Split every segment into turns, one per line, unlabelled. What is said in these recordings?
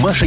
Маша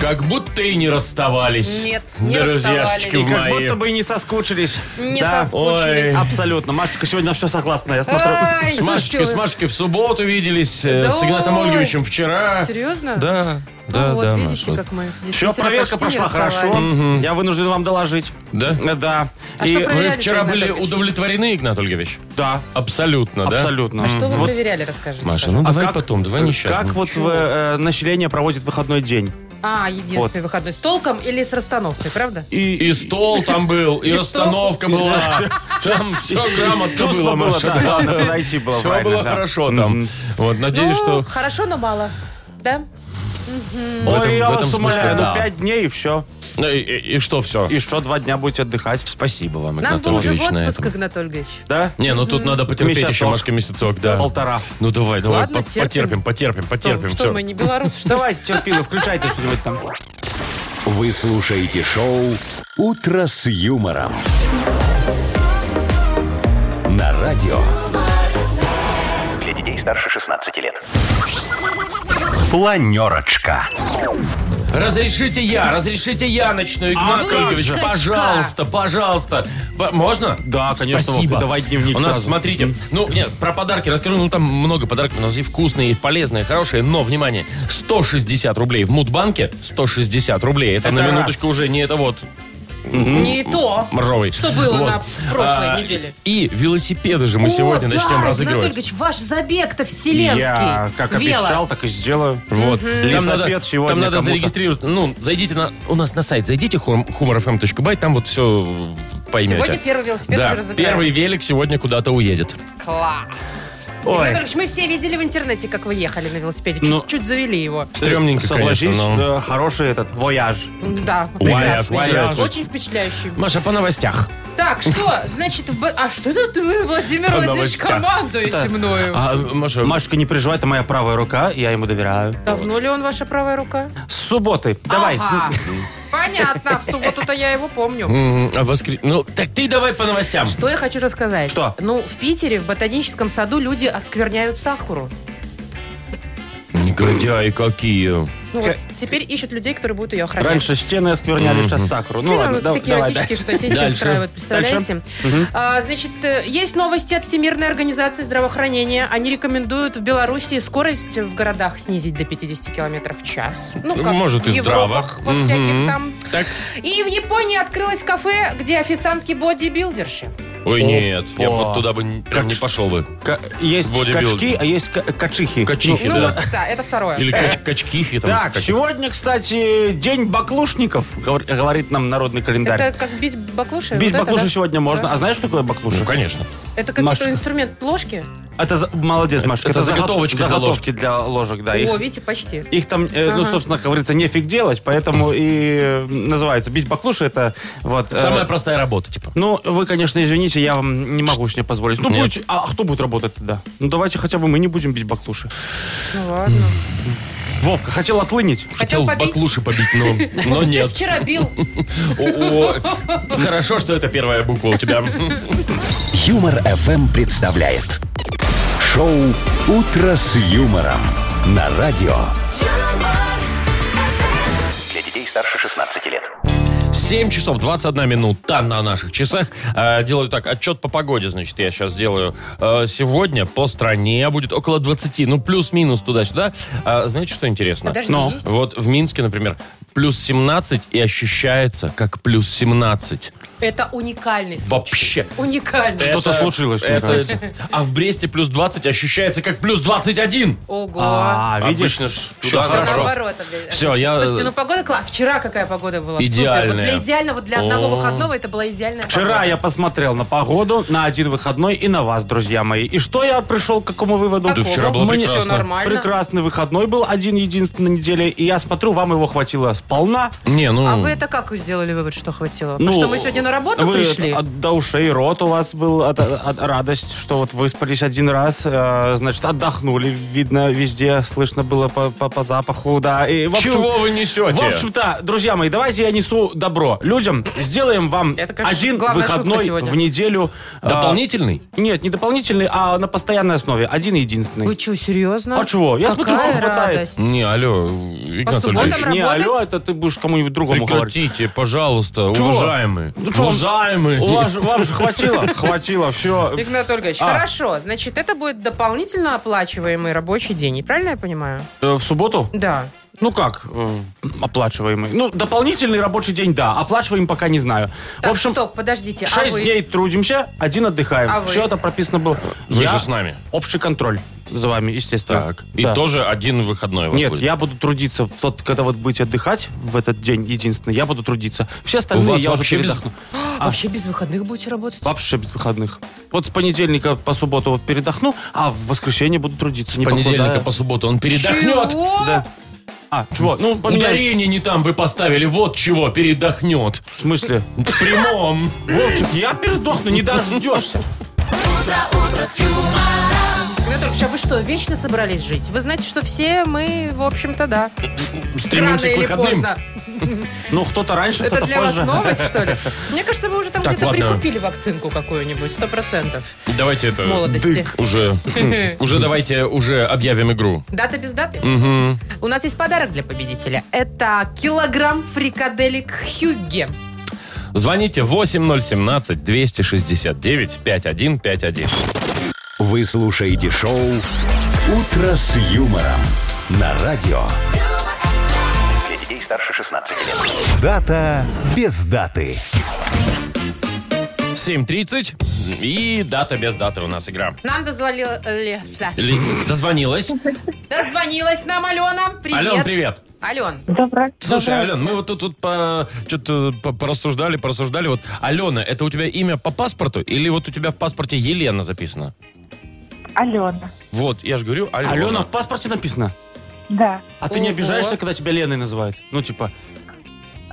Как будто и не расставались.
Нет, не
Друзьяшечки
расставались. А
И как
мои.
будто бы и не соскучились.
Не
да.
Ой.
соскучились.
Абсолютно. Машечка сегодня на все согласна, я смотрю.
Ай,
С Машечкой,
слушайте,
с Машечкой в субботу виделись, э,
Да
с Игнатом
ой.
Ольговичем вчера.
Серьезно?
Да,
Ну
да,
вот,
да,
видите,
Маша.
как мы
Все,
действительно
проверка
почти не
пошла хорошо.
расставались.
Я вынужден вам доложить.
Да?
Э, Да.
А что про-
Вы
Проверяли,
вчера
Игнат
были
Ольгович?
удовлетворены, Игнат Ольгович?
Да,
Абсолютно, да?
абсолютно.
А что вы
Вот,
проверяли, расскажите.
Маша, ну
а
давай потом, давай несчастно.
Как вот в, э, население проводит выходной день?
ну,
пожалуйста. А, единственный выходной. С толком или с расстановкой, правда?
И стол там был, и
И стол.
расстановка была. Там все грамотно
Чувство
было,
было,
Маша.
да, главное подойти было
Все
правильно,
было
да.
хорошо там.
Мгм.
Вот, надеюсь, что...
ну, хорошо, но мало. Да?
в этом-
Ой, я
в
вас
этом смысле,
умоляю, ну
да.
пять дней и все.
Ну, И и- и что все?
И что, два дня будете отдыхать?
Спасибо вам,
Нам
Игнат
был же в
Ольгович, на
отпуск,
этом.
Игнат Ольгович.
Да?
Не, ну тут надо потерпеть
Месяцок.
еще, Машка, месяцок, да.
Полтора.
Ну давай, давай, по-
Ладно, терпим.
потерпим, потерпим,
Ну,
потерпим.
что
всё.
мы, не белорусы, что ли?
Давайте, терпилы, включайте что-нибудь там.
Вы слушаете шоу «Утро с юмором». На радио. Для детей старше 16 лет. Планерочка.
Разрешите я, разрешите я
А
начну, Игнат
вы,
Ольгович,
Игнаточка.
пожалуйста, пожалуйста. П- Можно?
Да, конечно,
Спасибо.
Вов, давай дневник
У нас,
сразу.
смотрите, ну, нет, про подарки расскажу. Ну, там много подарков у нас и вкусные, и полезные, и хорошие. Но, внимание, 160 рублей в Мудбанке, 160 рублей. Это, на
раз.
минуточку уже не это вот,
Не то.
моржовый.
Что было на прошлой
А,
неделе.
И велосипеды же мы сегодня
О, да,
начнем
Игнат
разыгрывать.
Ольгович, ваш забег-то вселенский.
Я как
Вело.
обещал, так и сделаю.
Вот. Там
Лесопед
надо,
сегодня
там надо
кому-то.
зарегистрировать. Ну, зайдите на, у нас на сайт, зайдите хум- humorfm.by, там вот все поймете.
Сегодня первый велосипед
да,
уже разыграем.
первый велик сегодня куда-то уедет.
Класс.
Ой.
Игорь Ильич, мы все видели в интернете, как вы ехали на велосипеде. Чуть-
Ну.
Чуть завели его.
Стремненько,
Согласись,
конечно, но-
э, хороший этот вояж.
Да,
Уайт,
прекрасный.
уайт.
Очень впечатляющий.
Маша, по новостях.
Так, что, значит, в Б- а что тут вы, Владимир Владимирович,
новостях.
командуете мною?
А, Маша,
Машка, не переживай, это моя правая рука, я ему доверяю.
Давно ли он ваша правая рука?
С субботы, давай.
Ага. Понятно, в субботу-то я его помню.
м, а воскр- Ну, так ты давай по новостям.
Что я хочу рассказать?
Что?
Ну, в Питере в ботаническом саду люди оскверняют сакуру.
Негодяи какие.
Ну вот
Ка-
теперь ищут людей, которые будут ее охранять.
Раньше стены оскверняли, сейчас сакру. Ну
Фильмы
ладно,
вот
да-
всякие
давай,
эротические
да.
фотосессии
Дальше.
устраивают, представляете? А, значит, э, есть новости от Всемирной организации здравоохранения. Они рекомендуют в Беларуси скорость в городах снизить до 50 километров в час. Ну, как
Может,
в
и здраво.
Европах, во
Мгм.
всяких там.
Такс.
И в Японии открылось кафе, где официантки бодибилдерши.
Ой, нет, я
Опа.
вот туда бы н-
Как
не
ж-
пошел бы.
Ка- Есть
Бодибилдер.
качки, а есть ка- качихи.
Качихи,
Ну вот,
да.
да, это второе. Э,
Или
Второе.
кач- качкихи там.
Так,
как-
сегодня, кстати, день баклушников, говор- говорит нам народный календарь.
Это как бить баклуши?
Бить
Вот это,
баклуши
да?
сегодня можно.
Да.
А знаешь, что такое
Ну,
баклуши?
конечно.
Это какой-то
Машечка.
инструмент ложки?
Это за- молодец, Машка.
это
загот-
заготовочка для
заготовки для ложек, да. их-
О, видите, почти.
Их там, э, ну,
Ага.
собственно, как говорится, нефиг делать, поэтому и э, называется бить баклуши. Это вот... э,
Самая простая работа, типа.
Ну, вы, конечно, извините, я вам не могу сегодня позволить. Ну,
Нет.
будете- а кто будет работать тогда? Ну, давайте хотя бы мы не будем бить баклуши.
Ну ладно.
Вовка, хотел отлынить.
Хотел побить?
баклуши побить, но, но
Ты ж
нет.
вчера бил.
О, о, Хорошо, что это первая буква у тебя.
Юмор FM представляет шоу Утро с юмором на радио.
Для детей старше 16 лет.
7 часов 21 минута на наших часах. А, Делаю так, отчет по погоде, значит, я сейчас сделаю. Э, Сегодня по стране будет около 20, ну, плюс-минус туда-сюда. А, Знаете, что интересно?
Подожди,
Ну.
есть?
Вот в Минске, например, плюс 17 и ощущается как плюс 17.
Это уникальный случай.
Вообще.
Уникальный.
Что-то
Это-
случилось, мне
это-
кажется.
А в Бресте плюс 20 ощущается как плюс 21.
Ого.
А, видишь?
Обычно ж туда
Всё
Это
хорошо. э,
наоборот. Андрей.
Всё, я-
Слушайте, ну погода класс. Вчера какая погода была? Супер.
Идеальная.
Вот для идеального, вот для одного
О.
выходного это была идеальная
Вчера
погода.
я посмотрел на погоду, на один выходной и на вас, друзья мои. И что я пришел к какому выводу?
Да вчера было
Мне
прекрасно.
Все нормально.
Прекрасный выходной был, один единственный неделя. И я смотрю, вам его хватило сполна.
Не, ну...
А вы это как сделали вывод, что хватило? Потому
Ну,
что мы сегодня на работу
Вы
пришли?
от- до ушей рот у вас был от- от- радость, что вот выспались один раз, э, значит, отдохнули, видно, везде слышно было по, по- по запаху, да. И, в общем,
Чего вы несете?
В общем-то, друзья мои, давайте я несу добро людям. Сделаем вам
Это, конечно,
один
главная шутка
выходной
сегодня.
в неделю.
А,
э,
Дополнительный?
Нет, не дополнительный, а на постоянной основе. Один единственный.
Вы что, серьезно?
А чего? Я смотрю, вам хватает.
Не, алло, Игнат
субботам
Ольгович.
работать?
Не, алло, это ты будешь кому-нибудь другому говорить.
Прекратите, пожалуйста,
Чего?
уважаемые.
Ну, чего вам-
уважаемые.
У вас же- Вам же хватило? Хватило, все.
Игнат Ольгович,
А.
хорошо. Значит, это будет дополнительно оплачиваемый рабочий день. Правильно я понимаю?
Э, В субботу?
Да.
Ну как, э, оплачиваемый. Ну, дополнительный рабочий день, да. Оплачиваем пока не знаю.
Так,
в общем,
стоп, подождите. а
6
вы-
дней трудимся, один отдыхаем.
А вы?
Все это прописано было.
Вы
Я
же с нами.
Общий контроль за вами, естественно.
Так, и
Да.
тоже один выходной у вас
Нет,
будет.
я буду трудиться. в тот, когда вот будете отдыхать в этот день единственный, я буду трудиться. Все остальные
вас
я уже
вообще без-
передохну.
А, Вообще без выходных будете работать?
Вообще без выходных. Вот с понедельника по субботу вот передохну, а в воскресенье буду трудиться. не
Понедельника
покладая.
по субботу он передохнет.
Чего?
Да. А, чего? Ну, поменяю.
Ударение не там вы поставили, вот чего, передохнет.
В смысле?
В прямом.
Вовчик, я передохну, не дождешься.
Игнат Ольгович, а вы что, вечно собрались жить? Вы знаете, что все мы, в общем-то, да. Рано
Стремимся к
или
выходным.
поздно.
Ну, кто-то раньше,
Это
кто-то
для вас
позже.
новость, что ли? Мне кажется, вы уже там
Так,
где-то
ладно.
прикупили вакцинку какую-нибудь, сто процентов.
Давайте это...
Молодости.
дык Уже, уже давайте уже объявим игру.
Дата без даты?
Мгм.
У нас есть подарок для победителя. Это килограмм фрикаделек Хьюге.
Звоните 8017-269-5151.
Вы слушаете шоу «Утро с юмором» на радио.
Для детей старше 16 лет.
Дата без даты.
7.30. И дата без даты у нас игра.
Нам дозволила... э, да.
Ли- Созвонилась.
Дозвонилась нам Алена. Привет.
Ален, привет.
Ален,
Доброе.
Слушай,
доброе.
Ален, мы вот тут, вот по, что-то по- порассуждали, порассуждали. Вот, Алена, это у тебя имя по паспорту или вот у тебя в паспорте Елена записано?
Алена.
Вот, я же говорю, Алена.
Алена, в паспорте написано.
Да.
А ты не
Ого.
обижаешься, когда тебя Леной называют? Ну, типа,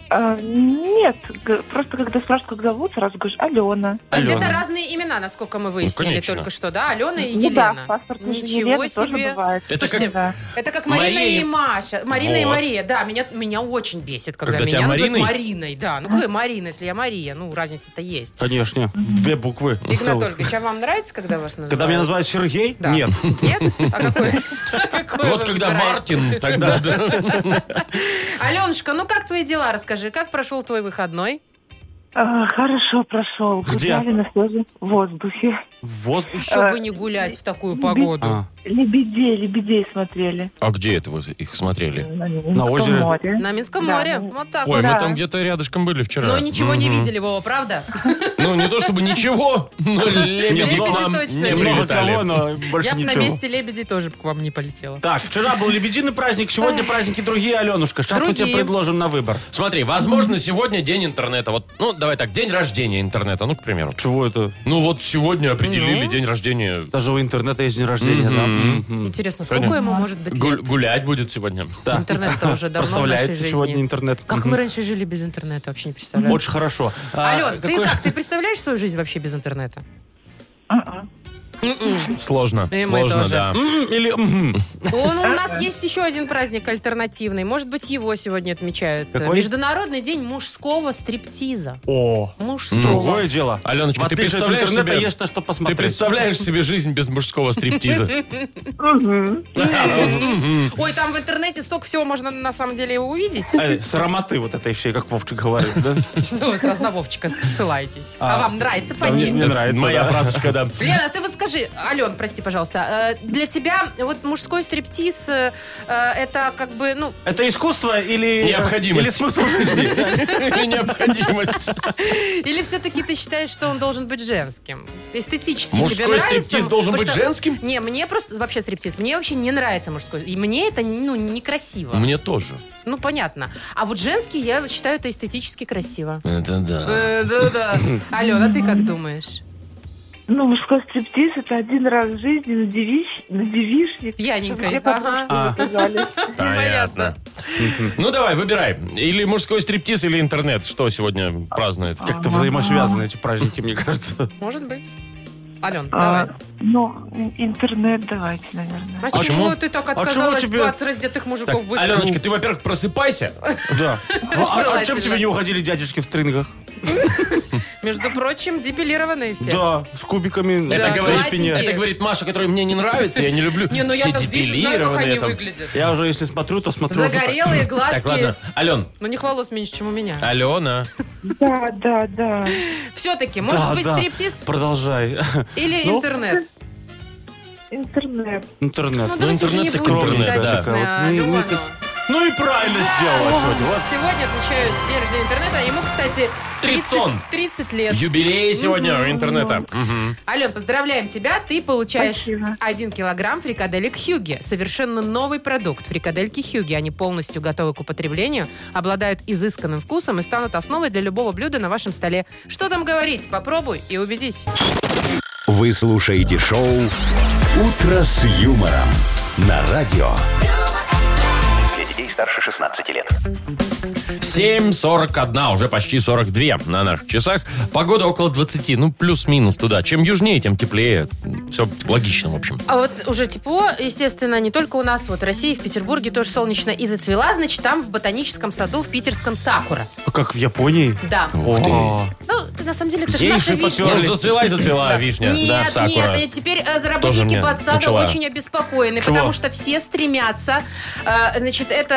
Э, нет, г- просто когда спрашивают, как зовут, сразу говоришь Алена.
то есть
Алена.
это разные имена, насколько мы
Ну,
выяснили
конечно.
только что, да? Алена и
Ну да,
Э, Елена.
в паспорте же
Ничего
Елена тоже
себе.
бывает.
Это как-
Да.
Это как
Мария
Марина
и-
и Маша. Марина и
Вот.
Мария, да. Меня, меня очень бесит, когда,
Когда тебя
меня называют
Мариной?
Мариной. Да, ну какая Марина, если я Мария? Ну, разница-то есть.
конечно, в две буквы.
Ну,
в
Игнат
целых.
Ольгович, а вам нравится, когда вас называют?
Когда меня называют Сергей?
Да.
Нет.
Нет? А какой? какой
Вот
вам
когда
нравится?
Мартин, тогда... да.
Аленушка, ну как твои дела, расскажи. Как прошел твой выходной?
Э, хорошо прошел.
Где?
Гуляли на свежем воздухе.
Вот.
Еще
Э,
бы не гулять в такую погоду.
А,
Лебедей, лебедей смотрели.
А где это вы их смотрели?
На, Минском
озере?
море.
На Минском
Да,
море.
ну,
Вот так
Ой,
вот.
мы
Да.
там где-то рядышком были вчера.
Но А Ну, ничего не
Мгм.
видели, Вова, правда?
Ну, не то чтобы ничего, но лебеди
Лебеди
к нам
точно
не
нет.
ну, Много того,
прилетали.
но
Я
больше
бы на
ничего.
месте лебедей тоже б к вам не полетела.
Так, вчера был лебединый праздник, сегодня праздники другие, Аленушка. Сейчас мы тебе
Другие.
предложим на выбор.
Смотри, возможно, сегодня день интернета. Вот, ну, давай так, день рождения интернета, ну, к примеру.
Чего это?
Ну, вот сегодня определили
Ну.
день рождения.
Даже у интернета есть день рождения,
Мгм.
да? Мгм.
Интересно,
Сегодня
сколько ему может быть
Гуль-
лет?
гулять будет сегодня.
Да.
Интернет-то уже давно в нашей
Проставляется сегодня
жизни.
интернет.
Как
Мгм.
мы раньше жили без интернета, вообще не представляю.
Очень хорошо. А,
Ален, ты
какой-
как? Ты представляешь свою жизнь вообще без интернета?
Мгм.
М-м.
Сложно,
И мы
сложно,
тоже.
да.
М, Или... мгм.
Он- у нас есть еще один праздник альтернативный. Может быть, его сегодня отмечают.
Какой?
Международный день мужского стриптиза.
О,
Мужского.
другое дело.
Аленочка,
В
ты
отличие от
представляешь
интернета
себе-
есть на что
Ты
посмотреть.
представляешь себе жизнь без мужского стриптиза?
Мгм.
А тут, мгм.
Ой, там в интернете столько всего можно на самом деле увидеть.
Э, Срамоты вот этой всей, как Вовчик говорит, да?
Что вы сразу на Вовчика ссылаетесь? А
А.
вам нравится,
Мне-
поди?
мне нравится,
Моя
да.
фразочка, да.
Лена, ты вот скажи, Ален, прости, пожалуйста, э, для тебя вот мужской стриптиз, э, э, это как бы, ну,
Это искусство или...
Необходимость.
Или смысл жизни?
Или необходимость.
или все-таки ты считаешь, что он должен быть женским? Эстетически тебе
Мужской
нравится?
стриптиз должен
Потому
быть
что-
женским?
Не, мне просто вообще стриптиз, мне вообще не нравится мужской. И мне это, ну, некрасиво.
Мне тоже.
Ну, понятно. А вот женский, я считаю, это эстетически красиво.
Это да.
Э, Да-да. Алена, ты как думаешь?
Ну, мужской стриптиз это один раз в жизни на девичник.
Пьяненькой,
Все потом
А.
ага.
что-то сказали.
Понятно. Ну давай, выбирай. Или мужской стриптиз, или интернет. Что сегодня празднует?
А,
Как-то взаимосвязаны эти праздники, мне кажется.
Может быть. Ален,
А,
давай.
ну, интернет давайте, наверное.
А
почему?
чего ты так
чего
отказалась
тебе-
от раздетых
Так,
мужиков быстро?
Аленочка, ты, во-первых, просыпайся.
Да. А а чем
Желательно.
тебе не уходили дядечки в стрингах?
Между прочим, депилированные все.
Да, с кубиками
Да,
Это, говорит,
на
гладенькие.
это
спине.
говорит Маша, которая мне не нравится, я не люблю.
Не, ну
Все
я-то вижу, знаю, как
депилированные
они
там.
выглядят.
Я уже, если смотрю, то смотрю. уже так.
Загорелые,
Так, ладно.
гладкие.
Ален,
Но у них волос Ну, меньше, чем у меня.
А. Алена.
Да, да, да.
Все-таки, может
Да,
быть,
да.
стриптиз
Продолжай.
или
Ну,
интернет?
Интернет.
Интернет.
Ну, давайте уже не
интернет так
будем
интернет,
кидать
да.
нас
Такая
на
вот, не- не-
Алену.
Ну и правильно сделала сегодня. Вот
Сегодня отмечают День рождения интернета. Ему, кстати, 30,
Трицон.
30 лет.
Юбилей сегодня у интернета. Мгм.
Ален, поздравляем тебя. Ты получаешь
Спасибо.
1 килограмм фрикаделек Хьюги. Совершенно новый продукт. Фрикадельки Хьюги. Они полностью готовы к употреблению, обладают изысканным вкусом и станут основой для любого блюда на вашем столе. Что там говорить? Попробуй и убедись.
Вы слушаете шоу «Утро с юмором» на радио.
Для детей старше 16 лет.
7.41, уже почти 42 на наших часах. Погода около 20, ну плюс-минус туда. Чем южнее, тем теплее. Все логично, в общем.
А вот уже тепло, естественно, не только у нас. Вот Россия, в Петербурге тоже солнечно и зацвела. Значит, там в ботаническом саду в питерском сакура.
Как в Японии?
Да.
Ух ты.
О,
Ну, на самом деле, это же
Ей
наша
же
вишня.
Ну,
Ёрлик.
зацвела и зацвела
Да.
вишня.
Нет,
да, сакура.
нет, и теперь э,
Тоже
работники
мне
подсада
начала.
очень обеспокоены,
Чего?
потому что все стремятся, э, значит, это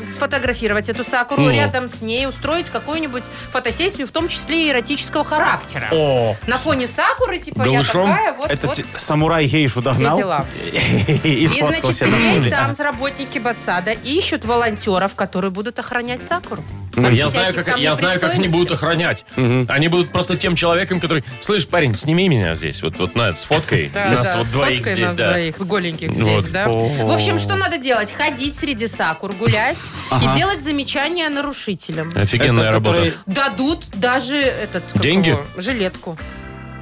э, сфотографировать эту сакуру,
Ну.
рядом с ней устроить какую-нибудь фотосессию, в том числе и эротического характера.
О,
На фоне сакуры, типа,
Голышом?
я такая, вот,
это
вот.
те- самурай гейшу догнал.
дела.
И
И, значит,
сфоткался.
теперь там работники Батсада ищут волонтеров, которые будут охранять Сакуру.
Ну, я
всяких
знаю, как,
там
я знаю, как они будут охранять. Они будут просто тем человеком, который... Слышь, парень, сними меня здесь, вот, вот на, с фоткой.
Да,
нас
да,
вот
с
двоих
фоткой
здесь,
нас
да.
двоих, голеньких
Вот.
здесь, да.
О.
В общем, что надо делать? Ходить среди сакур, гулять и делать замечания нарушителям.
Офигенная
Это
работа.
который-
Дадут даже этот... как
Деньги?
его, жилетку.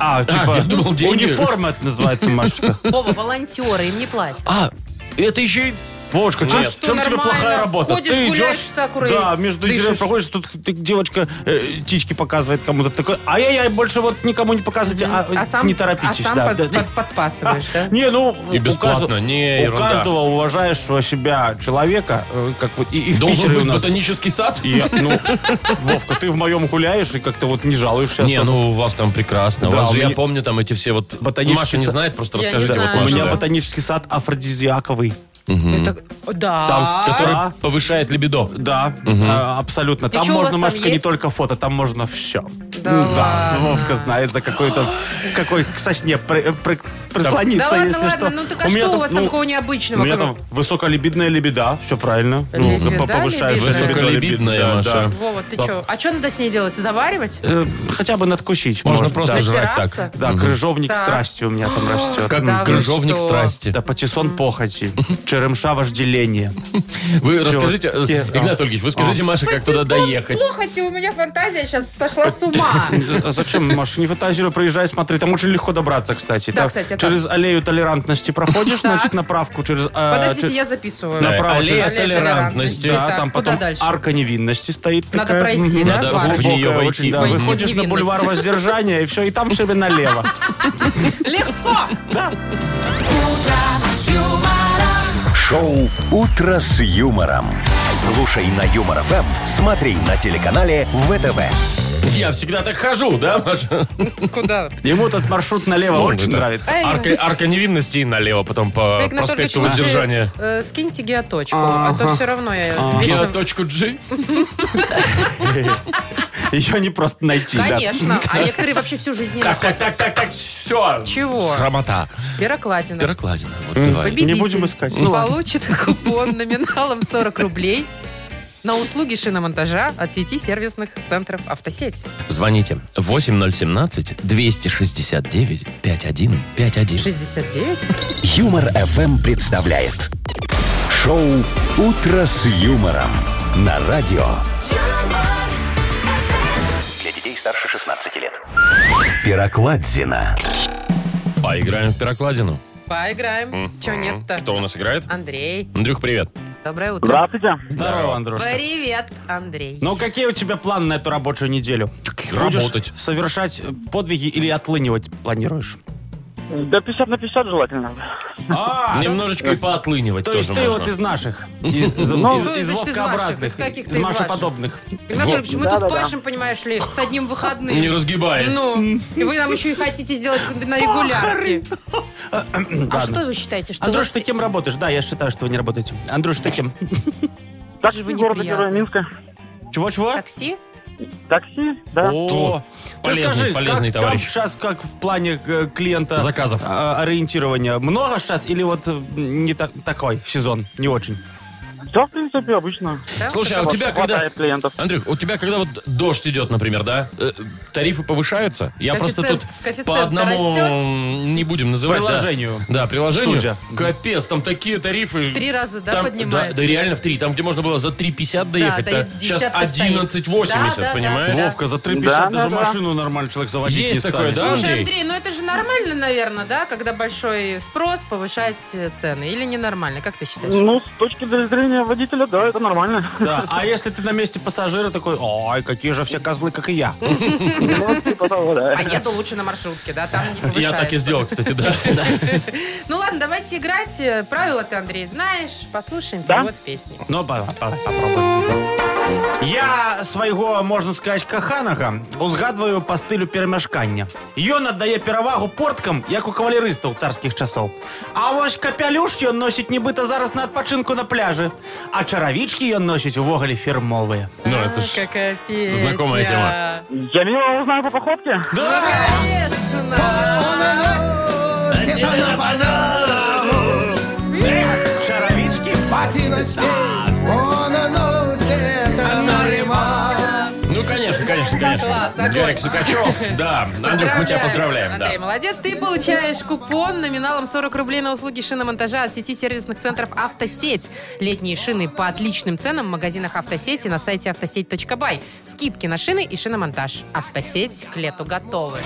А,
я
типа,
думал, деньги.
униформа это называется, Машечка.
Вова, волонтеры, им не платят.
А, это еще и...
Вовочка, чем,
Нет.
что,
чем тебе
нормально?
плохая работа?
Ходишь,
ты
гуляешь
идешь,
с Сакурой,
да, между деревьями
дышишь.
проходишь, тут ты- девочка э, тички показывает кому-то такой, ай-яй-яй, больше вот никому не показывайте, а, э, не
а
торопитесь.
сам
да,
под-
да, да.
под- подпасываешь, да?
Не, ну,
И
у
бесплатно,
каждого-
не,
у
ерунда.
каждого уважающего себя человека, э, как вот и, и в
Должен
Питере у
быть
нас.
ботанический сад?
И я- ну, Вовка, ты в моем гуляешь и как-то вот не жалуешься
Не,
особо.
ну у вас там прекрасно. У
Да,
вас
у
же, я
меня-
помню, там эти все вот...
Ботанический
Маша не
сад.
знает, просто
Я не
расскажите.
знаю.
Вот,
У
Маша,
меня
да.
ботанический сад афродизиаковый.
Это- Да.
Там с-
Который
А?
повышает либидо.
Да, а, абсолютно. Там
что, у вас
можно,
там
Машечка, не
есть? А.
только фото, там можно все.
Да ладно.
Вовка знает, за какой там, в какой к сосне при- при- прислониться,
Да ладно,
если
ладно,
что.
ну так а что у вас там такого необычного?
у меня
Как-
там высоколибидная лебеда, все правильно. Ну,
Лебеда,
по- повышаешь
лебеда.
либидо,
Высоколибидная,
либидо, да,
Маша.
да.
Вова, ты что? А что надо с ней делать? Заваривать?
Э, Хотя бы надкусить
Можно
можно,
просто
да.
жрать так.
Натираться?
Да, крыжовник
Так.
страсти у меня там растет.
Как
Да вы
крыжовник
что?
страсти.
Да, патиссон похоти, черемша вожделения.
Вы
Всё,
расскажите, э,
те- А.
Игнат Ольгич, вы скажите Маше, как туда
Патиссон
доехать.
Плохоти, у меня фантазия сейчас сошла с ума.
А Зачем, Маша, не фантазируй, проезжай, смотри. Там очень легко добраться, кстати.
Да,
Там
кстати, а как?
Через аллею толерантности проходишь,
Так.
значит, направку через... а,
Подождите,
чер-
я записываю.
Да. направо
Аллея
через-
толерантности.
Аллея толерантности.
Да,
Так,
там
куда
потом
дальше?
арка невинности стоит.
Надо
такая,
пройти,
м,
да,
Надо
парк?
в нее
глубокая
войти.
очень, да.
Мгм.
Войти в
Выходишь на бульвар
невинность.
Воздержания, и все, и там себе налево.
Легко!
Шоу «Утро с юмором». Слушай на Юмор ФМ, смотри на телеканале ВТВ.
Я всегда так хожу, да, Маша?
Куда?
Ему этот маршрут
Ну,
налево А очень нравится.
Эй,
Арка, арка невинности и налево потом по
Игнат
проспекту
Ольгович, лучше,
Воздержания.
э, скиньте геоточку, а то все равно я вечно...
Геоточку G.
Ее не просто найти, да.
Конечно, а некоторые вообще всю жизнь не
Так,
находят.
так, так, так, так, все.
Чего?
Срамота.
Пирокладина.
Пирокладина. Вот давай.
Победитель
Не будем искать. Ну ладно.
получит купон номиналом 40 рублей на услуги шиномонтажа от сети сервисных центров «Автосеть».
Звоните 8017-269-5151.
69?
Юмор ФМ представляет. Шоу «Утро с юмором» на радио.
юмор,
Для детей старше 16 лет.
Пирокладзина.
Поиграем в пирокладину.
Поиграем. Чего нет-то?
Кто у нас играет?
Андрей.
Андрюх, привет.
Доброе утро.
Здравствуйте.
Здорово, Андрюшка.
Привет, Андрей.
Ну, какие у тебя планы на эту рабочую неделю? Будешь
Работать.
совершать э, подвиги или отлынивать планируешь?
Да 50 на 50 желательно.
А,
Немножечко и поотлынивать
то
тоже
есть ты
можно.
вот из наших, из из-
Ну,
из-
что
из
значит из ваших? Из
ловкообразных,
каких ты
из
из
машеподобных.
Игнат Ольгович, мы тут
Да-да-да.
пашем, понимаешь ли, с одним выходным.
Не разгибаясь.
Ну, и вы нам еще и хотите сделать на регулярке. А
Ладно.
что вы считаете, что...
Андрюш,
вот-
ты кем работаешь? Да, я считаю, что вы не работаете. Андрюш, ты кем?
Такси
вы
города
неприятный.
Героя Минска.
Чего-чего?
Такси?
Такси, да.
О, ты
Полезный,
скажи,
полезный товарищ.
сейчас как в плане э, клиента
Заказов.
э, ориентирования? Много сейчас или вот э, не так- такой сезон? Не очень.
Все, в принципе, обычно.
да?
Слушай, а у тебя когда...
Хватает клиентов.
Андрюх, у тебя когда вот дождь идет, например, да, э, тарифы повышаются? Я просто
Коэффициент-
тут
коэффициент-то
по одному
растет?
м, не будем называть. да.
Приложению.
Да, приложению.
Судя.
Капец, там такие тарифы.
В три раза, да,
Там-
поднимается?
Да, да реально в три. Там, где можно было за 3,50 доехать,
да,
да,
и
сейчас
десятка стоит.
11,80,
Да, да, да,
понимаешь?
да.
Вовка, за 3,50
Да,
даже
да, да.
машину нормально человек заводить
Есть
не
такое,
станет.
да?
Слушай,
Андрей.
Андрей, ну это же нормально, наверное, да, когда большой спрос, повышать э, цены. Или ненормально, как ты считаешь?
Ну, с точки зрения водителя, да, это нормально.
Да, а если ты на месте пассажира такой, ой, какие же все козлы, как и я.
Ну, типа того, да.
А еду лучше на маршрутке, да, там не повышается.
Я так и сделал, кстати, да.
Ну ладно, давайте играть. Э, Правила ты, Андрей, знаешь. Послушаем
Да.
перевод песни.
Ну, по- по- попробуй. Я свайго, можна сказати, каханого узгадую по стилю перемешкання. Ён аддае перавагу порткам, як у кавалерыстаў царскіх часоў. А вось капялюш ён носіць нібыта зараз на адпачынку на пляжы, а чаравічкі ён носіць увогуле фірмовыя.
Ну,
А,
это ж
Какая песня.
знакомая тема.
Я мило узнаю по походке.
Ну, Конечно.
Чаравічкі
Ну, конечно, конечно, конечно.
Класс, огонь.
Гарик Сукачев, да. Андрюх, мы тебя поздравляем, да.
Андрей, молодец. Ты получаешь купон номиналом 40 рублей на услуги шиномонтажа от сети сервисных центров «Автосеть». Летние шины по отличным ценам в магазинах «Автосети» на сайте автосеть.бай. Скидки на шины и шиномонтаж. «Автосеть» к лету готовы.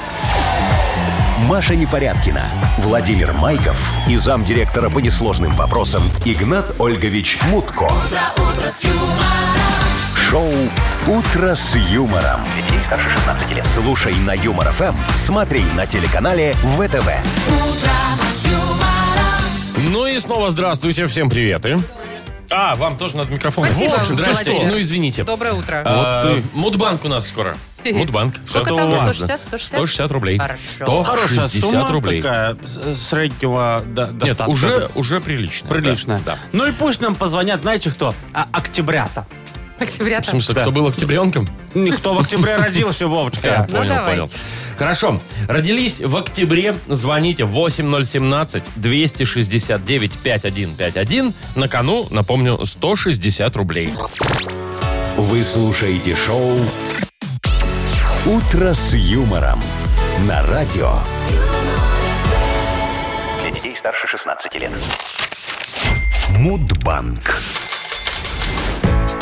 Маша Непорядкина, Владимир Майков и замдиректора по несложным вопросам Игнат Ольгович Мутко. Шоу Утро с юмором. Детей старше 16 лет. Слушай на юмор ФМ, смотри на телеканале ВТВ.
Ну и снова здравствуйте, всем привет. и- А, вам тоже надо микрофон.
Спасибо,
Вот же, здрасте.
Владимир.
Ну, извините.
Доброе утро.
А, Мудбанк у нас скоро. Мудбанк.
Сколько
Это
там?
важно.
160, 160?
160 рублей.
Хорошо.
Хорошая
160
сумма
рублей.
такая, с- среднего до-
Нет,
достатка.
уже, уже прилично.
приличная.
Да. да.
Ну и пусть нам позвонят, знаете кто? А, октябрята.
В
Октября-то.
смысле, кто был октябренком?
Никто в октябре родился, Вовочка.
Я понял,
давайте.
понял. Хорошо. Родились в октябре. Звоните 8017-269-5151. На кону, напомню, 160 рублей.
Вы слушаете шоу Утро с юмором на радио.
Для детей старше 16 лет.
Мудбанк.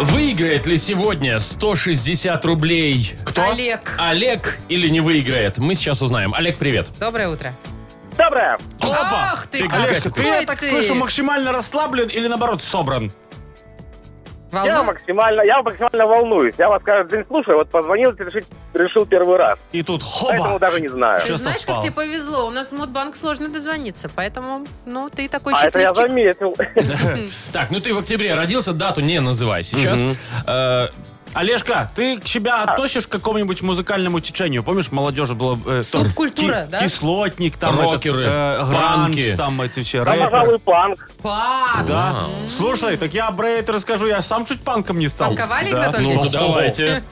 Выиграет ли сегодня 160 рублей? Кто?
Олег.
Олег или не выиграет? Мы сейчас узнаем. Олег, привет.
Доброе утро.
Доброе.
Ах ты,
Фига
какой
себе.
Ты, я так
ты.
слышу, максимально расслаблен или наоборот собран?
Я
Волну-
максимально, я максимально волнуюсь. Я вас каждый день слушаю. Вот позвонил, решить- решил первый раз.
И тут
Поэтому
хоба!
даже не знаю.
Ты
Всё
знаешь,
совпало.
как типа- тебе повезло? У нас в Мудбанк сложно дозвониться, поэтому, ну, ты такой
А это я
счастливчик.
заметил.
Так, ну ты в октябре родился, дату не называй сейчас. Э,
Олежка, ты себя
А.
относишь к какому-нибудь музыкальному течению? Помнишь, молодежи было... э, там
Субкультура,
ки-
да?
Кислотник, там этот,
Рокеры,
э,
панки.
гранж, там эти все
А,
рэперы.
пожалуй, панк.
Пак.
Да.
А.
Слушай, так я про это расскажу, я сам чуть панком не стал.
Панковали,
Да.
Игнат
Ну,
Ольгович?
давайте.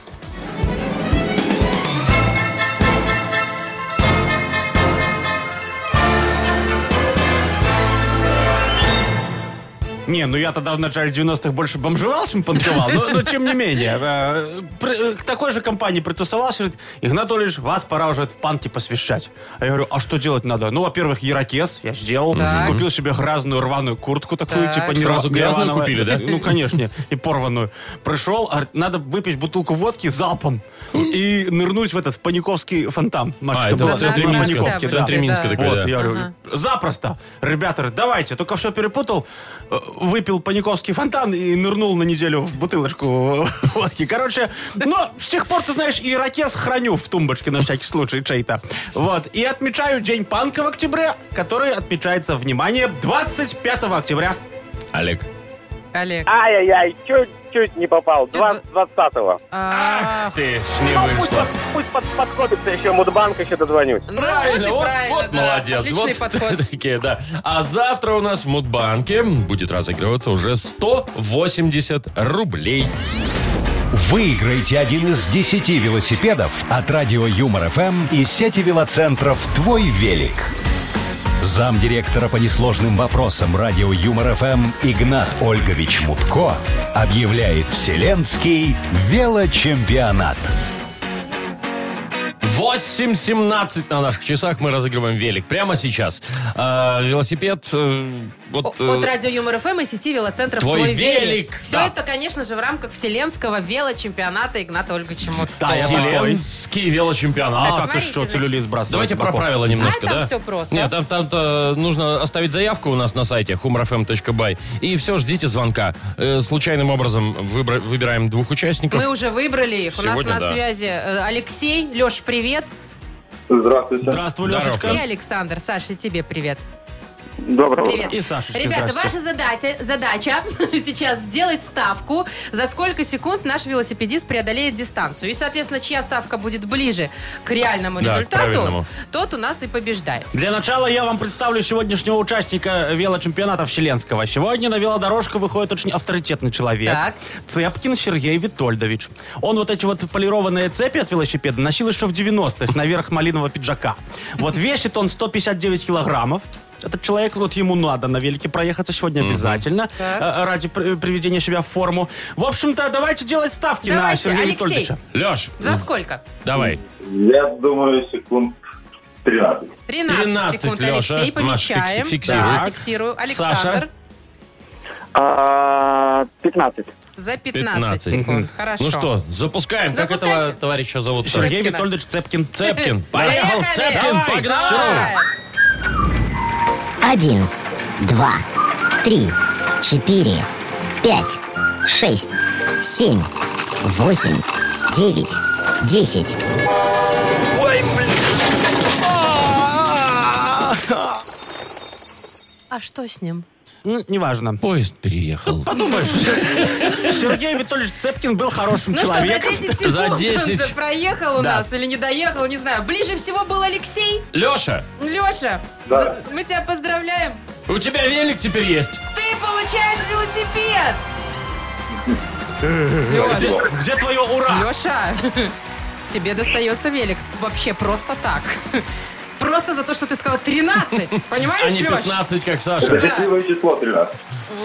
Не, ну я тогда в начале 90-х больше бомжевал, чем панковал, но, но тем не менее. э, при- э, К такой же компании притусовался, говорит, Игнат Ольевич, вас пора уже в панке посвящать. А я говорю, а что делать надо? Ну, во-первых, ирокез, я сделал,
Так.
купил себе грязную рваную куртку такую,
Так.
типа не
Сразу
рва- не
грязную
рваного.
купили, да?
Ну, конечно, и порванную. Пришел, говорит, надо выпить бутылку водки залпом и нырнуть в этот, в паниковский фонтан. Машечка
А, это
была.
в центре
На
Минска. В
Паниковке, да.
центре Минска
да.
такая,
Вот,
да.
я говорю,
Ага.
Запросто. Ребята, давайте. Только все перепутал. э, Выпил паниковский фонтан и нырнул на неделю в бутылочку водки. Короче, но с тех пор, ты знаешь, и ракес храню в тумбочке на всякий случай чей-то. Вот. И отмечаю День панка в октябре, который отмечается, внимание, 25 октября.
Олег.
Олег.
А, Ай-яй-яй, чуть-чуть не попал. Два- 20-го.
а,
ты ж не
Ну, пусть,
вышло.
под- пусть под- подкопится еще, Мудбанк еще дозвонюсь.
ну,
Правильно,
вот, и
вот,
правильно,
вот
да.
молодец.
Отличный
вот
подход.
такие, да. А завтра у нас в Мудбанке будет разыгрываться уже 180 рублей.
Выиграйте один из 10 велосипедов от радио Юмор ФМ и сети велоцентров «Твой велик». Замдиректора по несложным вопросам радио Юмор ФМ Игнат Ольгович Мутко объявляет Вселенский велочемпионат.
8.17 на наших часах мы разыгрываем велик прямо сейчас. А, велосипед, э,
О-
вот...
От
э,
радио Юмор ФМ и сети велоцентров
Твой
«Твой,
велик»,
велик».
да.
Все это, конечно же, в рамках Вселенского велочемпионата Игната Ольговича Мутко.
Да, я
Вселенский велочемпионат.
А, как ты
смотрите,
что, целлюлит сбрасывать?
Давайте про
Баков?
правила немножко,
А, там
да?
всё просто.
Нет, там, там-то нужно оставить заявку у нас на сайте humorfm.by. И все, ждите звонка. Э, случайным образом выбра- выбираем двух участников.
Мы уже выбрали их. У
Сегодня
нас на
да.
связи э, Алексей. Леш, привет.
Здравствуйте.
Здравствуй,
Здорово.
Лешечка.
И Александр. Саша, и тебе привет.
Доброго.
Привет.
И Сашечка,
Ребята,
здрасте.
ваша задача, задача сейчас сделать ставку, за сколько секунд наш велосипедист преодолеет дистанцию. И, соответственно, чья ставка будет ближе к реальному
Да, к правильному.
результату, тот у нас и побеждает.
Для начала я вам представлю сегодняшнего участника велочемпионата Вселенского. Сегодня на велодорожку выходит очень авторитетный человек.
Так.
Цепкин Сергей Витольдович. Он вот эти вот полированные цепи от велосипеда носил еще в 90-х наверх малинового пиджака. Вот весит он 159 килограммов. Этот человек, вот ему надо на велике проехаться сегодня обязательно, э, ради при- приведения себя в форму. В общем-то, давайте делать ставки на
Давайте,
Сергея
Алексей.
Витольдовича.
Леш,
За сколько?
давай.
Я думаю, секунд 13.
13,
13,
секунд,
Леша.
Алексей,
Маш,
помечаем.
фикси- фиксируй.
Да, фиксирую.
Саша.
Александр.
А, 15.
За 15,
15.
секунд. Хорошо.
Ну что, запускаем. Как
Запускайте.
этого товарища зовут?
Сергей
Цепкина.
Витольдович Цепкин.
Цепкин. Поехал,
Поехали.
Цепкин,
Давай,
погнал.
Давай.
Один, два, три, четыре, пять, шесть, семь, восемь, девять, десять.
А что с ним?
Ну, неважно.
Поезд переехал.
Подумаешь, Сергей Витольевич Цепкин был хорошим
Ну
человеком.
что, за 10 секунд
За
он
10.
проехал у
Да.
нас или не доехал, не знаю. Ближе всего был Алексей.
Леша,
Леша,
Да.
за- мы тебя поздравляем.
у тебя велик теперь есть.
Ты получаешь велосипед. Леша,
Где твое ура?
Леша, тебе достается велик вообще просто так. Просто за то, что ты сказал 13.
А
Понимаешь,
не
Леш?
15, как Саша.
Красивое число 13.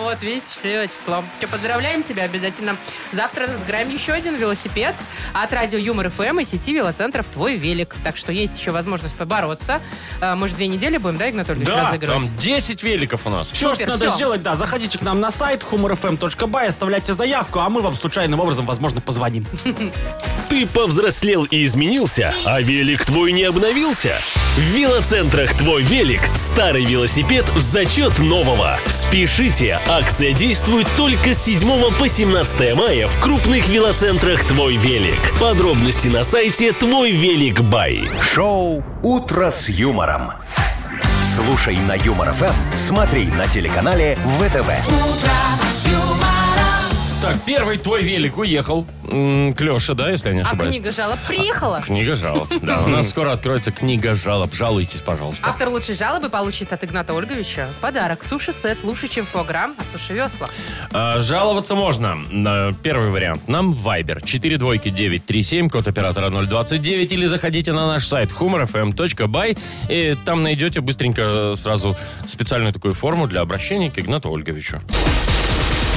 Вот, видите, счастливое число. Что, поздравляем тебя обязательно. Завтра разыграем еще один велосипед от радио Юмор ФМ и сети велоцентров «Твой велик». Так что есть еще возможность побороться. Э, Мы же две недели будем, да, Игнат Ольгович,
Да,
разыгрывать?
Там 10 великов у нас.
Все, что
Супер,
надо
всё.
сделать, да, заходите к нам на сайт humorfm.by, оставляйте заявку, а мы вам случайным образом, возможно, позвоним.
Ты повзрослел и изменился, а велик твой не обновился? В велоцентрах «Твой велик» старый велосипед в зачет нового. Спешите! Акция действует только с 7 по 17 мая в крупных велоцентрах «Твой велик». Подробности на сайте «Твой велик Бай».
Шоу «Утро с юмором». Слушай на Юмор ФМ, смотри на телеканале ВТВ.
Так, первый твой велик уехал м, к Леше, да, если я не
А
ошибаюсь?
книга жалоб приехала.
Книга жалоб. Да, у нас скоро откроется книга жалоб. Жалуйтесь, пожалуйста.
Автор лучшей жалобы получит от Игната Ольговича подарок. Суши-сет лучше, чем фуаграм от суши-весла.
А, Жаловаться можно. На Первый вариант. Нам в Viber 4 двойки 937, код оператора 029, или заходите на наш сайт humorfm.by, и там найдете быстренько э, сразу специальную такую форму для обращения к Игнату Ольговичу.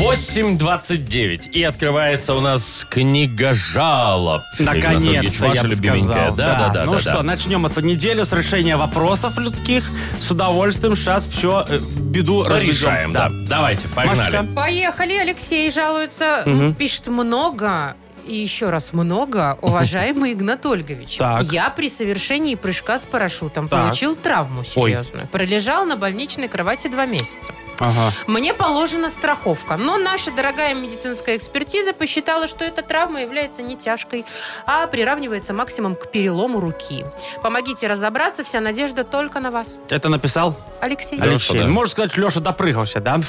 8.29. И открывается у нас книга жалоб. Игнат Ольгович,
Наконец-то,
ваша
я бы
любименькая.
сказал.
Да, да, да.
Ну
да,
что,
да.
начнем эту неделю с решения вопросов людских. С удовольствием сейчас все беду
Решаем,
разрешаем.
да. Давайте, погнали.
Машечка?
Поехали, Алексей жалуется.
Мгм.
Пишет много. И еще раз много, уважаемый Игнат Ольгович.
Так.
Я при совершении прыжка с парашютом
Так.
получил травму серьезную. Пролежал на больничной кровати два месяца.
Ага.
Мне положена страховка, но наша дорогая медицинская экспертиза посчитала, что эта травма является не тяжкой, а приравнивается максимум к перелому руки. Помогите разобраться, вся надежда только на вас.
Это написал
Алексей.
Лёша,
Алексей.
да.
Можно сказать, Леша допрыгался, да?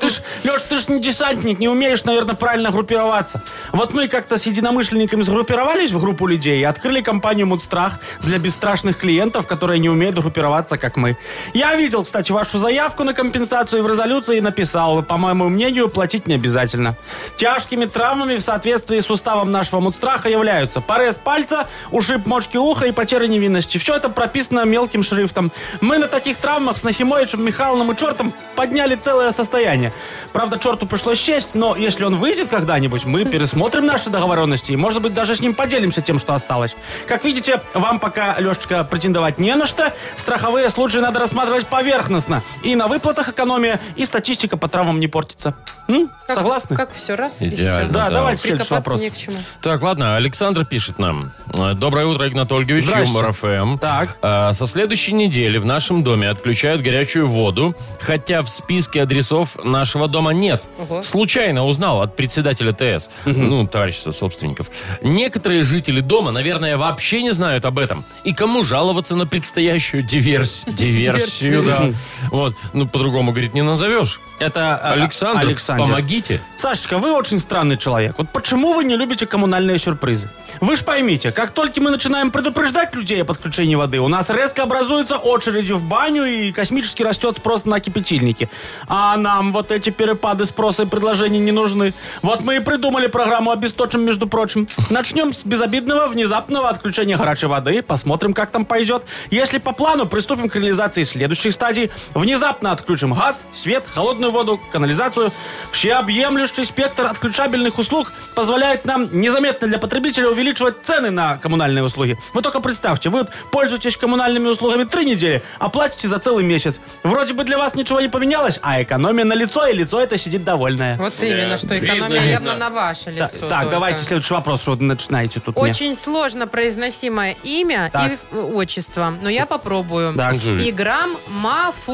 Ты ж, Леша, ты ж не десантник, не умеешь, наверное, правильно группироваться. Вот мы как-то с единомышленниками сгруппировались в группу людей и открыли компанию «Мудстрах» для бесстрашных клиентов, которые не умеют группироваться, как мы. Я видел, кстати, вашу заявку на компенсацию в резолюции и написал, по моему мнению, платить не обязательно. Тяжкими травмами в соответствии с уставом нашего «Мудстраха» являются порез пальца, ушиб мочки уха и потеря невинности. Все это прописано мелким шрифтом. Мы на таких травмах с Нахимовичем, Михайловым и Чертом подняли целое состояние. Правда, Черту пришлось честь, но если он выйдет когда-нибудь, мы пересмотрим наши договоренности и, может быть, даже с ним поделимся тем, что осталось. Как видите, вам пока, Лешечка, претендовать не на что. Страховые случаи надо рассматривать поверхностно. И на выплатах экономия, и статистика по травмам не портится. М?
Как-
Согласны?
Как все раз и
Идеально,
всё.
Да,
Да.
давайте следующий
Прикопаться
вопрос.
не к чему.
Так, ладно, Александр пишет нам. Э, Доброе утро, Игнат Ольгович,
Здрасте.
Юмор ФМ.
Так.
Э, Со следующей недели в нашем доме отключают горячую воду, хотя в списке адресов нашего дома нет.
Ого.
Случайно узнал от председателя ТС, ну, товарищества собственников. Некоторые жители дома, наверное, вообще не знают об этом. И кому жаловаться на предстоящую диверс- диверсию?
Диверсию.
да. Вот, ну, по-другому, говорит, не назовешь.
Это э,
Александр,
Александр.
помогите.
Сашечка, вы очень странный человек. Вот почему вы не любите коммунальные сюрпризы? Вы ж поймите, как только мы начинаем предупреждать людей о подключении воды, у нас резко образуются очереди в баню и космически растет спрос на кипятильники. А нам вот эти перепады спроса и предложений не нужны. Вот мы и придумали программу «Обесточим», между прочим. Начнем с безобидного внезапного отключения горячей воды, посмотрим, как там пойдет. Если по плану, приступим к реализации следующих стадий. Внезапно отключим газ, свет, холодную воду, канализацию. Всеобъемлющий спектр отключабельных услуг позволяет нам незаметно для потребителя увеличивать цены на коммунальные услуги. Вы только представьте, вы вот пользуетесь коммунальными услугами три недели, а платите за целый месяц. Вроде бы для вас ничего не поменялось, а экономия на лицо, и лицо это сидит довольное.
Вот именно, что экономия
видно.
явно на ваше
Та-
лицо.
так,
только.
давайте следующий вопрос, что вы начинаете тут мне.
Очень сложно произносимое имя
Так.
и э, отчество, но я попробую.
Так.
Играм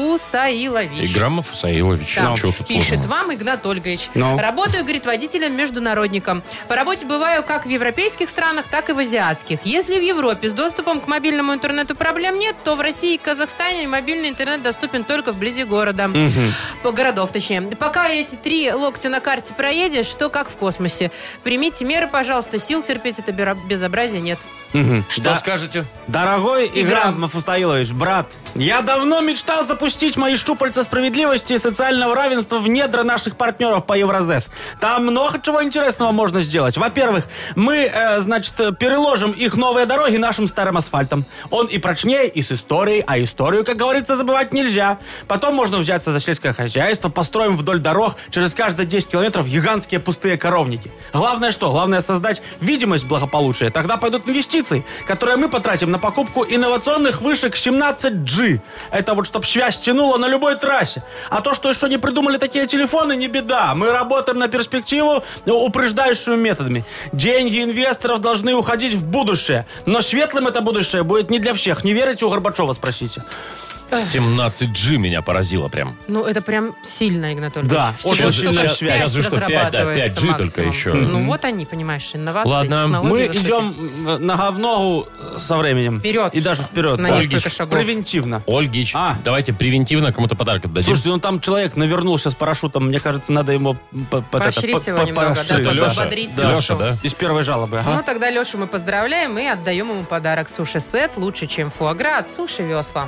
Мафусаилович.
Играм Фусаилович.
Да.
Чего тут
Пишет
сложного?
вам Игнат Ольгович.
Ну.
Работаю, говорит, водителем-международником. По работе бываю как в европейских странах, так и в азиатских. Если в Европе с доступом к мобильному интернету проблем нет, то в России и Казахстане мобильный интернет доступен только вблизи города. По городов, точнее. Пока эти три локтя на карте проедешь, что как в космосе. Примите меры, пожалуйста. Сил терпеть это бера- безобразие нет.
Мгм.
Что
Да.
скажете?
Дорогой
Игра.
Играм Мафустаилович, брат, я давно мечтал запустить мои щупальца справедливости и социального равенства в недра наших партнеров по Евразес. Там много чего интересного можно сделать. Во-первых, мы, э, значит, э, переложим их новые дороги нашим старым асфальтом. Он и прочнее, и с историей, а историю, как говорится, забывать нельзя. Потом можно взяться за сельское хозяйство, построим вдоль дорог через каждые 10 километров гигантские пустые коровники. Главное что? Главное создать видимость благополучия. Тогда пойдут инвестиции, которые мы потратим на покупку инновационных вышек 17G. Это вот чтобы связь тянула на любой трассе. А то, что еще не придумали такие телефоны, не беда. Мы работаем на перспективу э, упреждающими методами. Деньги инвесторов должны уходить в будущее. Но светлым это будущее будет не для всех. Не верите у Горбачева, спросите.
17G меня поразило прям.
Ну, это прям сильно, Игнат Ольгович.
Да,
Всего
очень
только
сильная
пять
связь.
Сейчас же что, пять, да,
разрабатывается
5G только
максимум.
еще.
Ну, вот они, понимаешь, инновации,
Ладно,
технологии.
Мы
высокие.
идем э, нога в ногу со временем.
Вперед.
И даже вперед.
На
да.
несколько шагов.
Превентивно.
Ольгич,
А.
давайте превентивно кому-то подарок отдадим.
Слушайте, ну там человек навернулся с парашютом. Мне кажется, надо ему... по- по-
Поощрить
это,
его
по-
немного, да,
поощрить,
Лёша,
подбодрить
да.
Лёшу.
Лёша, да?
Из первой жалобы, ага.
Ну, тогда Лешу мы поздравляем и отдаем ему подарок суши-сет лучше, чем фуагра от суши весла.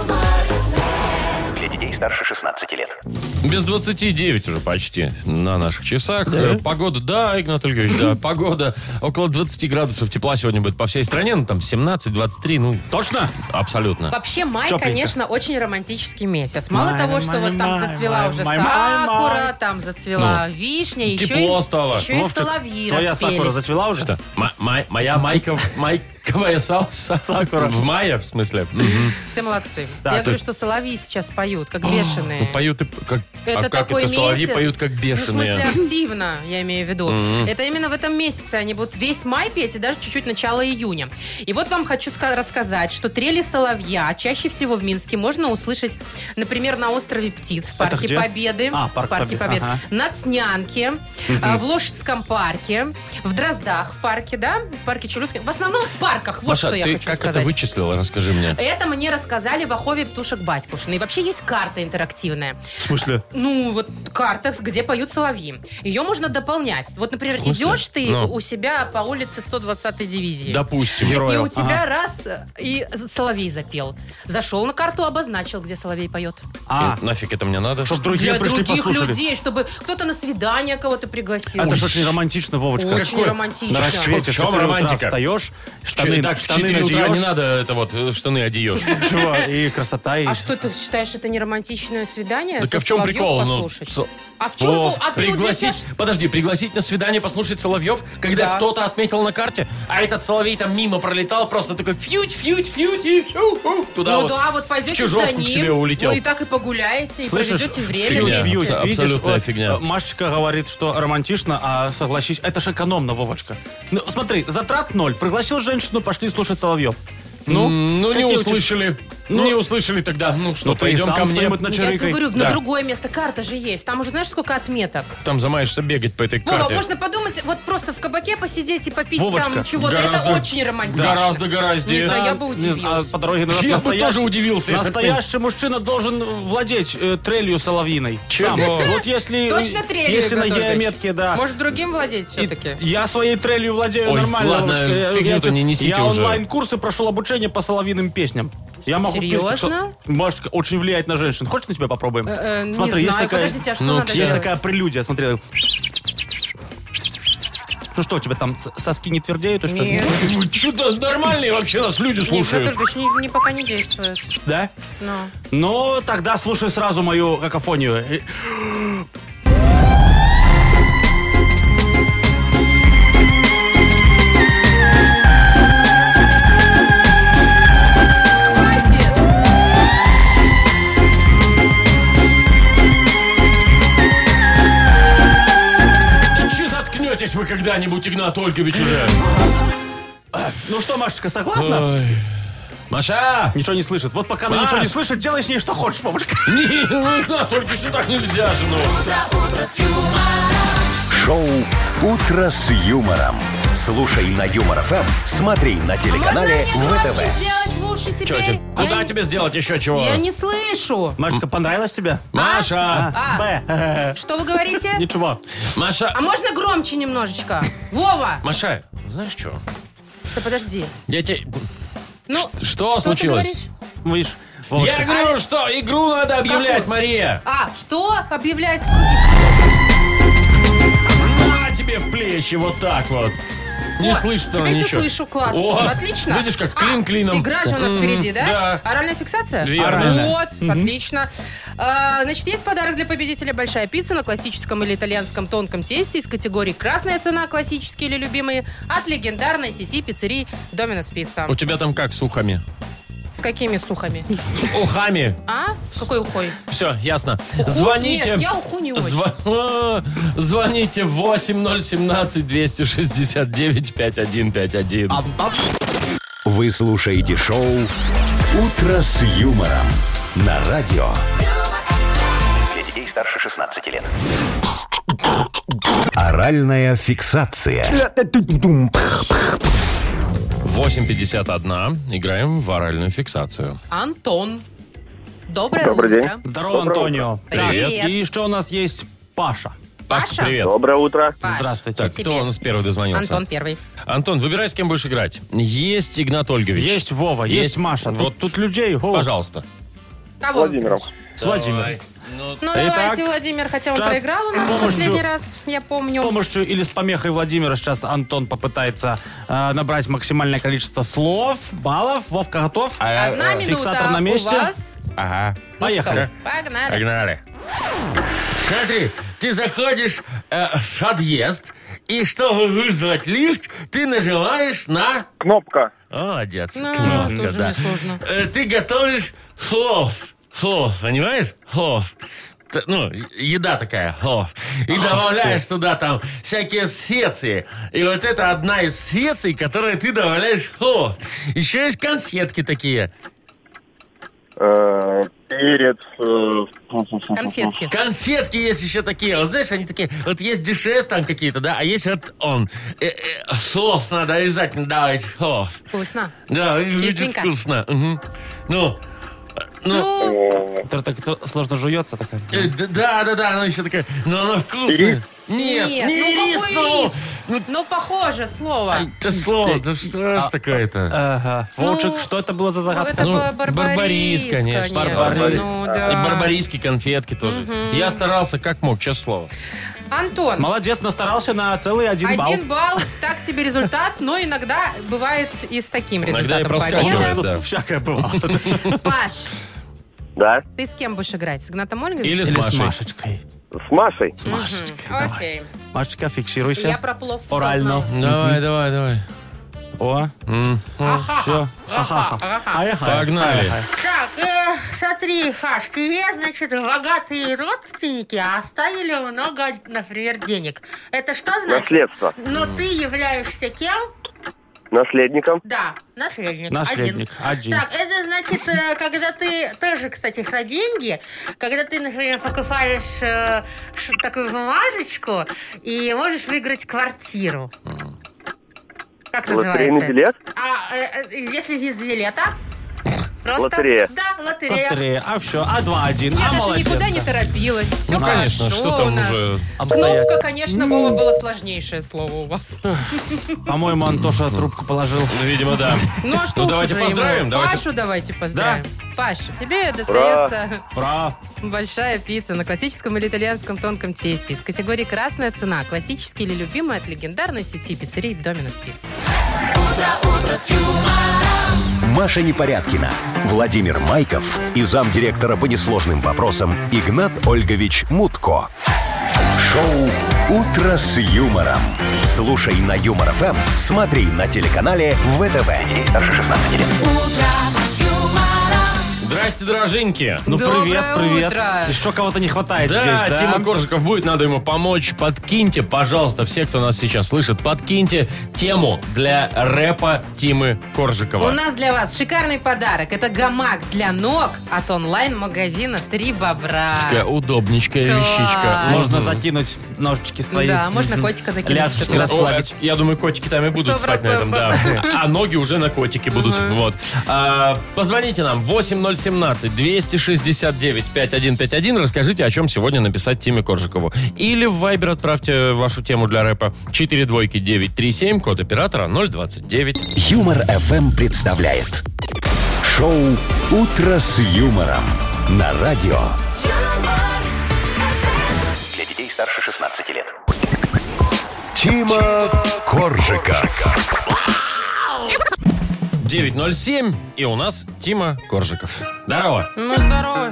Для детей старше 16 лет.
Без 29 уже почти на наших часах. Э, Погода, да, Игнат Ольгович, да, погода около 20 градусов тепла сегодня будет по всей стране, ну там 17-23, ну
Точно?
абсолютно.
Вообще май,
Тёпленько.
конечно, очень романтический месяц. Мало
Май,
того, что
май,
вот там
май,
зацвела
май,
уже
май, май,
сакура,
май.
там зацвела вишня, еще
Ну, тепло
и,
стало.
еще и
Вовчик,
соловьи
Твоя
распелись.
сакура зацвела уже?
Что? Ма- май- моя майка, майковая салса.
Сакура.
В мае, в смысле. Мгм.
Все молодцы.
Да,
Я
то
говорю,
есть-
что соловьи сейчас поют, как
Ну,
бешеные.
Поют и п- как...
Это
а как
такой
это? Соловьи
месяц.
поют как
Ну, в смысле,
бешеные.
активно, я имею в виду.
Мгм.
Это именно в этом месяце. Они будут весь май петь и даже чуть-чуть начало июня. И вот вам хочу ска- рассказать, что трели соловья чаще всего в Минске можно услышать, например, на острове Птиц в
Это
Парке
где?
Победы.
А, Парк
Парке
Победы,
Победы.
ага.
На Цнянке, а, в Лошадском парке, в Дроздах в парке, да? В парке Чулюском. В основном в парках, вот
Маша,
что я
ты
хочу
как это
сказать.
вычислила, расскажи мне.
Это мне рассказали в Ахове Птушек Батькушин. И вообще есть карта интерактивная.
В смысле?
Ну, вот карта, где поют соловьи. Ее можно дополнять. Вот, например,
В смысле?
идешь ты
Ну.
у себя по улице 120-й дивизии.
Допустим.
И
Героев.
у тебя раз э, и з- соловей запел. Зашел на карту, обозначил, где соловей поет.
А,
И нафиг это мне надо?
чтоб другие
Для
пришли
других
послушали.
людей, чтобы кто-то на свидание кого-то пригласил.
Это ж очень романтично, Вовочка.
Очень
какой?
романтично.
На
Чё- в
рассвете,
чём
что утра
романтика?
встаешь, штаны,
Штаны, так, штаны
щитки
надеешь. Не
надеваешь.
надо это вот, э, штаны одеешь.
Чего? И красота, и...
А что, ты считаешь, это не романтичное свидание?
Так
Ты
а в чем
соловьев
прикол? Ну,
послушать?
со-
А в чем? ну,
Вов,
а ты вот для тебя
пригласить, подожди, пригласить на свидание послушать Соловьев, когда
Да.
кто-то отметил на карте, а этот Соловей там мимо пролетал, просто такой фьють, фьють, фьють и фью-фю, туда
ну
вот.
да, вот пойдете
в чужовку
за ним,
к себе улетел.
ну и так и погуляете, и проведете
фигня.
время.
Фьють, фьють.
Абсолютная
Видишь, вот,
фигня.
э, Машечка говорит, что романтично, а согласись, это ж экономно, Вовочка. Ну, смотри, затрат ноль. Пригласил женщину, пошли слушать Соловьев.
Ну, ну не
какие у тебя-
услышали.
Ну,
не услышали тогда. Ну что,
Ну, ты и
пойдем
сам
ко мне.
что-нибудь
Ну, Я тебе
начерикай.
говорю, на
Да.
другое место карта же есть. Там уже знаешь, сколько отметок?
Там замаешься бегать по этой
Вова,
карте.
можно подумать, вот просто в кабаке посидеть и попить
Вовочка,
там чего-то.
гораздо-
Это очень романтично.
гораздо
Не
гораздее.
знаю, я бы
Не знаю,
удивилась.
а по дороге назад
Я бы
настоящий-
тоже удивился, если бы ты-
Настоящий мужчина должен владеть э, трелью соловьиной.
Чего?
Сам. Вот если...
Точно трелью,
Если на
Игнат Ольгович?
геометке, да.
Может, другим владеть
И
все-таки?
Я своей трелью владею
Ой,
нормально.
ладно,
Вовочка. Я-
фигню-то
я-
не несите
Я
уже.
онлайн-курсы прошел обучение по соловьиным песням. Я могу петь, как со-
Серьезно?
Машечка, очень влияет на женщин. Хочешь на тебя попробуем?
Э, э, не
Смотри, есть
знаю.
такая...
Подождите, а что
Ну,
надо
есть
Есть
делать?
такая прелюдия, смотри. Ну что, у тебя там с- соски не твердеют? и что?
Нет.
Что-то нормальные вообще нас люди
Нет, ну, Игнат
слушают.
Ольгович, не, не пока не действует.
Да?
Но.
Ну, тогда слушай сразу мою какофонию. И-
Хватит.
Че заткнетесь вы когда-нибудь, Игнат Ольгович, уже?
Ну что, Машечка, согласна?
Ой. Маша!
Ничего не слышит. Вот пока она
Маш!
ничего не слышит, делай с ней что хочешь, Вовочка.
Не, ну, Игнат Ольгович, ну так нельзя же, ну.
Шоу «Утро с юмором». Слушай на Юмор ФМ, смотри на телеканале
Можно мне
ВТВ.
громче сделать в уши теперь?
Чё тебе-
Я
Куда
не-
тебе сделать еще чего?
Я не слышу.
Машечка, понравилось тебе?
Маша!
А,
Б.
что вы говорите?
Ничего.
Маша!
А можно громче немножечко? Вова!
Маша, знаешь что?
Да подожди.
Я тебе...
Ну,
Ш- что
что ты
случилось?
говоришь?
Видишь,
Я
Вовочка.
говорю, что игру надо объявлять,
Какую?
Мария!
А, что? Объявлять?
На тебе в плечи, вот так вот. Не
О,
слышно
Теперь всё
ничего.
слышу, класс.
О,
Отлично.
Видишь, как
А,
клин клином.
игра же у нас
М,
впереди, да?
Да.
Оральная фиксация?
Верно. Оральная.
Вот, отлично. А, значит, есть подарок для победителя «Большая пицца» на классическом или итальянском тонком тесте из категории «Красная цена», «Классические» или «Любимые» от легендарной сети пиццерий «Доминос Пицца».
У тебя там как с ухами?
С какими сухами?
С ухами.
А? С какой ухой?
Все, ясно.
Уху?
Звоните.
Нет, я уху не очень.
Зв- Звоните 8017-269-5151.
Вы слушаете шоу «Утро с юмором» на радио.
Для детей старше 16 лет.
Оральная фиксация.
8.51. Играем в оральную фиксацию.
Антон. Доброе
Добрый день.
утро.
Здорово,
Доброе
Антонио.
Привет.
Так, И еще у нас есть Паша.
Пашка,
Паша?
привет.
Доброе утро.
Паш,
Здравствуйте.
Так, кто у нас первый дозвонился?
Антон первый.
Антон, выбирай, с кем будешь играть. Есть Игнат Ольгович.
Есть Вова, есть,
Есть.
Маша.
Вот.
Вот тут людей. о.
Пожалуйста.
Кого?
Владимиром.
С Владимиром.
Давай. Ну,
Ну,
Итак,
давайте, Владимир, хотя он
сейчас
проиграл у
с
нас в
помощью-
последний раз, я
С
помню.
помощью или с помехой Владимира сейчас Антон попытается э, набрать максимальное количество слов, баллов. Вовка готов?
а,
Одна
а,
минута
Э, фиксатор на месте?
у вас.
Ага.
Поехали.
Погнали.
Погнали. Смотри, ты заходишь э, в подъезд, и чтобы вызвать лифт, ты нажимаешь на...
Кнопка.
Молодец.
Ну,
кнопка,
тоже
да.
несложно.
Э, Ты готовишь хлов. Хлов, понимаешь? Хлов. Т- Ну, е- еда такая, хлов. И добавляешь туда там всякие специи. И вот это одна из специй, которые ты добавляешь в хлов. Еще есть конфетки такие.
Э, Перец. э,
Конфетки.
Конфетки есть еще такие. Вот знаешь, они такие, вот есть дешес там какие-то, да, а есть вот он. Э, э, Хлов надо обязательно давать хлов.
Вкусно.
Да, будет
Кисленько.
вкусно. Мгм. Ну, э, ну,
Ну,
Тр- так то- сложно жуется такая.
Э, д- Да, да, да, она еще такая, но она вкусная. Нет,
Нет,
не
ну
рис,
какой
ну.
рис?
Ну,
ну, похоже слово.
ай, Это слово, да что ж такое-то?
Ага.
Ну,
Вовчик, что это было за загадка?
Это
Ну,
ба- барбарис,
барбарис, конечно.
Барбарис.
Ну,
а, И
да.
барбарийские конфетки тоже. Я старался как мог, честное слово.
Антон,
Молодец, настарался на целый один,
один
балл.
балл, так себе результат, но иногда бывает и с таким
Иногда и
результатом
проскакивает.
победа.
Ну,
да.
Всякое бывало.
Паш,
Да.
ты с кем будешь играть? С Игнатом
Или
Ольговичем?
с
Или с
Машей.
Машечкой.
С Машей.
С Машечкой. давай.
Окей.
Машечка,
Я
фиксируйся.
про плов всё
Орально.
знала.
Давай, давай, давай.
О,
М,
все. А
Погнали.
Так, э, смотри, Саш, тебе, значит, богатые родственники а оставили много, например, денег. Это что значит?
Наследство.
Но ты являешься кем?
Наследником.
Да, наследник.
Наследник. Один.
Так, это значит, э, когда ты тоже, кстати, про деньги, когда ты, например, покупаешь э, ш- такую бумажечку и можешь выиграть квартиру. Как
Лотерейный
называется?
билет.
А э, э, если без
а
билета? Просто...
Лотерея.
Да, лотерея.
Три. А все. А два, один.
Я
А
даже
молодец.
никуда не
да.
торопилась.
Ну,
Всё
конечно,
хорошо
что
А у
там
нас.
уже... Ну.
Кнопка, конечно, Вова, было сложнейшее слово у вас.
По-моему, Антоша трубку положил.
Ну, видимо, да.
Ну а что
Ну,
уж
давайте
уже ему.
поздравим, давайте.
Пашу давайте поздравим. Паша, тебе достается
Прав.
большая пицца на классическом или итальянском тонком тесте из категории «Красная цена». Классический или любимый от легендарной сети пиццерий «Доминос Пицца».
Маша Непорядкина, Владимир Майков и замдиректора по несложным вопросам Игнат Ольгович Мутко. Шоу «Утро с юмором». Слушай на Юмор ФМ, смотри на телеканале ВТВ. Ей старше 16 лет.
Здрасте, дороженьки.
Ну,
Доброе
привет, привет.
утро.
Еще кого-то не хватает
Да,
здесь, да?
Тима Коржиков будет, надо ему помочь. Подкиньте, пожалуйста, все, кто нас сейчас слышит, подкиньте тему для рэпа Тимы Коржикова.
У нас для вас шикарный подарок. Это гамак для ног от онлайн-магазина «Три бобра».
Такая удобничкая
Класс.
вещичка.
Можно
Мгм.
закинуть ножички свои.
Да, можно
Мгм.
котика закинуть
Ляжечки
туда.
расслабить.
О, Я думаю, котики там и будут
Сто
спать на этом, да. А ноги уже на котике будут. Вот. А, Позвоните нам 8017-269-5151. Расскажите, о чем сегодня написать Тиме Коржикову. Или в Viber отправьте вашу тему для рэпа. 4 двойки 937, код оператора 029.
Юмор ФМ представляет. Шоу «Утро с юмором» на радио.
Для детей старше 16 лет.
Тима Коржика.
907, и у нас Тима Коржиков. Здорово.
Ну, здорово.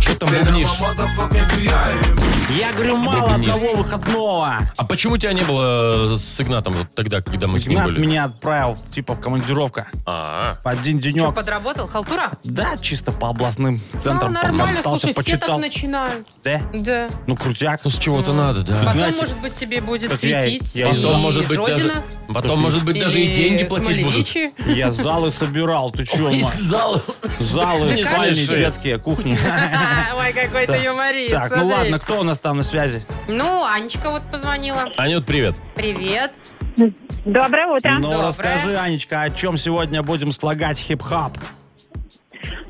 Что там бубнишь?
Я говорю, мало
Бубнист.
одного выходного.
А почему тебя не было э, с Игнатом вот тогда, когда мы с ним
Игнат
были?
меня отправил, типа, в командировка.
А,
Один
Что,
денек.
подработал? Халтура?
Да, чисто по областным центрам.
ну, нормально,
покатался,
слушай, все так
почитал.
начинают.
Да?
Да.
Ну, крутяк.
ну с чего-то надо, да.
Потом,
Знаете,
может быть, тебе будет
как я-
светить.
я из-
и
Потом, может быть, даже,
Жодина,
потом, может быть, даже и
или
деньги платить будут.
Смолевичи.
Я залы собирал, ты чё,
Из
Маш?
зала.
Залы,
Да
спальни,
конечно.
детские, кухни.
Ой, какой ты
Так,
юморист.
Так, ну
смотри.
ладно, кто у нас там на связи?
Ну, Анечка вот позвонила.
Анют, привет.
Привет.
Доброе утро.
Ну,
Доброе.
расскажи, Анечка, о чем сегодня будем слагать хип-хап?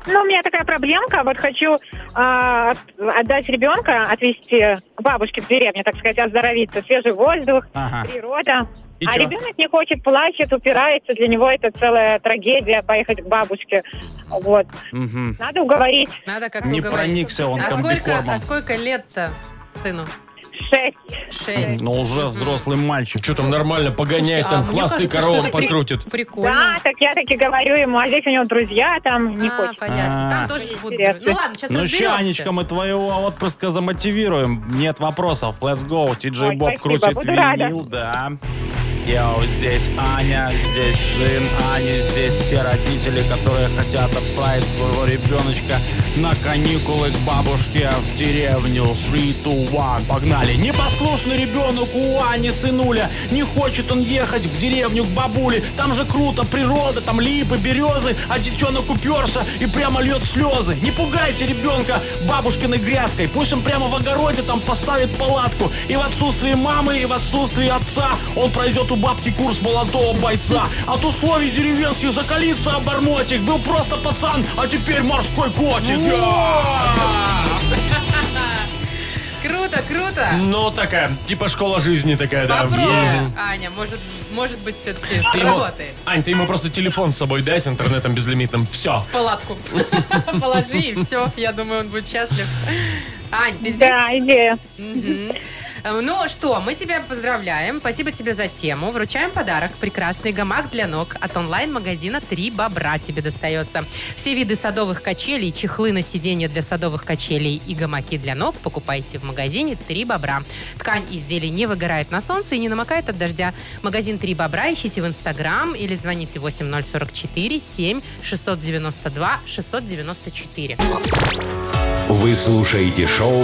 Ну, у меня такая проблемка. Вот хочу а, от- отдать ребенка, отвезти бабушке в деревню, так сказать, оздоровиться. Свежий воздух,
Ага.
природа.
И
а
чё?
ребенок не хочет, плачет, упирается. Для него это целая трагедия поехать к бабушке. Вот.
Мгм.
Надо уговорить.
Надо как
Не проникся он
Ну, а сколько,
комбикормом.
а сколько лет-то сыну?
Шесть.
Шесть.
Но Ну, уже взрослый мальчик.
Что там нормально, погоняет,
а
там хвосты коровам покрутит.
Прикольно.
Да, так я таки говорю ему, а здесь у него друзья, там не
А,
хочет.
понятно. Там
А.
тоже будут...
Интересно.
Ну ладно, сейчас
Ну, ща, Анечка,
разберемся.
мы твоего отпрыска замотивируем. Нет вопросов. Let's go. Тиджей
Ой,
Боб
спасибо,
крутит
буду
винил. Да. Я вот здесь Аня, здесь сын Ани, здесь все родители, которые хотят отправить своего ребеночка на каникулы к бабушке в деревню. 3, 2, 1, погнали. Непослушный ребенок у Ани, сынуля. Не хочет он ехать в деревню к бабуле. Там же круто, природа, там липы, березы, а детенок уперся и прямо льет слезы. Не пугайте ребенка бабушкиной грядкой. Пусть он прямо в огороде там поставит палатку. И в отсутствии мамы, и в отсутствии отца он пройдет у бабки курс молодого бойца. От условий деревенских закалится обормотик. Был просто пацан, а теперь морской котик.
Круто, круто.
Ну, такая, типа школа жизни такая, да.
Попробуй,
Мгм.
Аня, может, может быть, все-таки
Ты ему-
сработает.
Ань, ты ему просто телефон с собой дай с интернетом безлимитным. Все.
Палатку положи, и все. Я думаю, он будет счастлив. Ань, ты здесь?
Да, идея.
Мгм. Э, Ну что, мы тебя поздравляем. Спасибо тебе за тему. Вручаем подарок. Прекрасный гамак для ног от онлайн-магазина «Три бобра» тебе достается. Все виды садовых качелей, чехлы на сиденье для садовых качелей и гамаки для ног покупайте в магазине «Три бобра». Ткань изделий не выгорает на солнце и не намокает от дождя. Магазин «Три бобра» ищите в Инстаграм или звоните 8044 7 692 694.
Вы слушаете шоу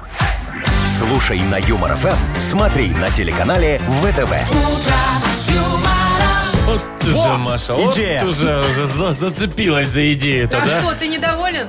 Слушай на Юмор ФМ, смотри на телеканале ВТВ.
Вот ты
Во!
же, Маша, вот
Идея.
ты же уже за- зацепилась за идею-то,
А
да?
что, ты недоволен?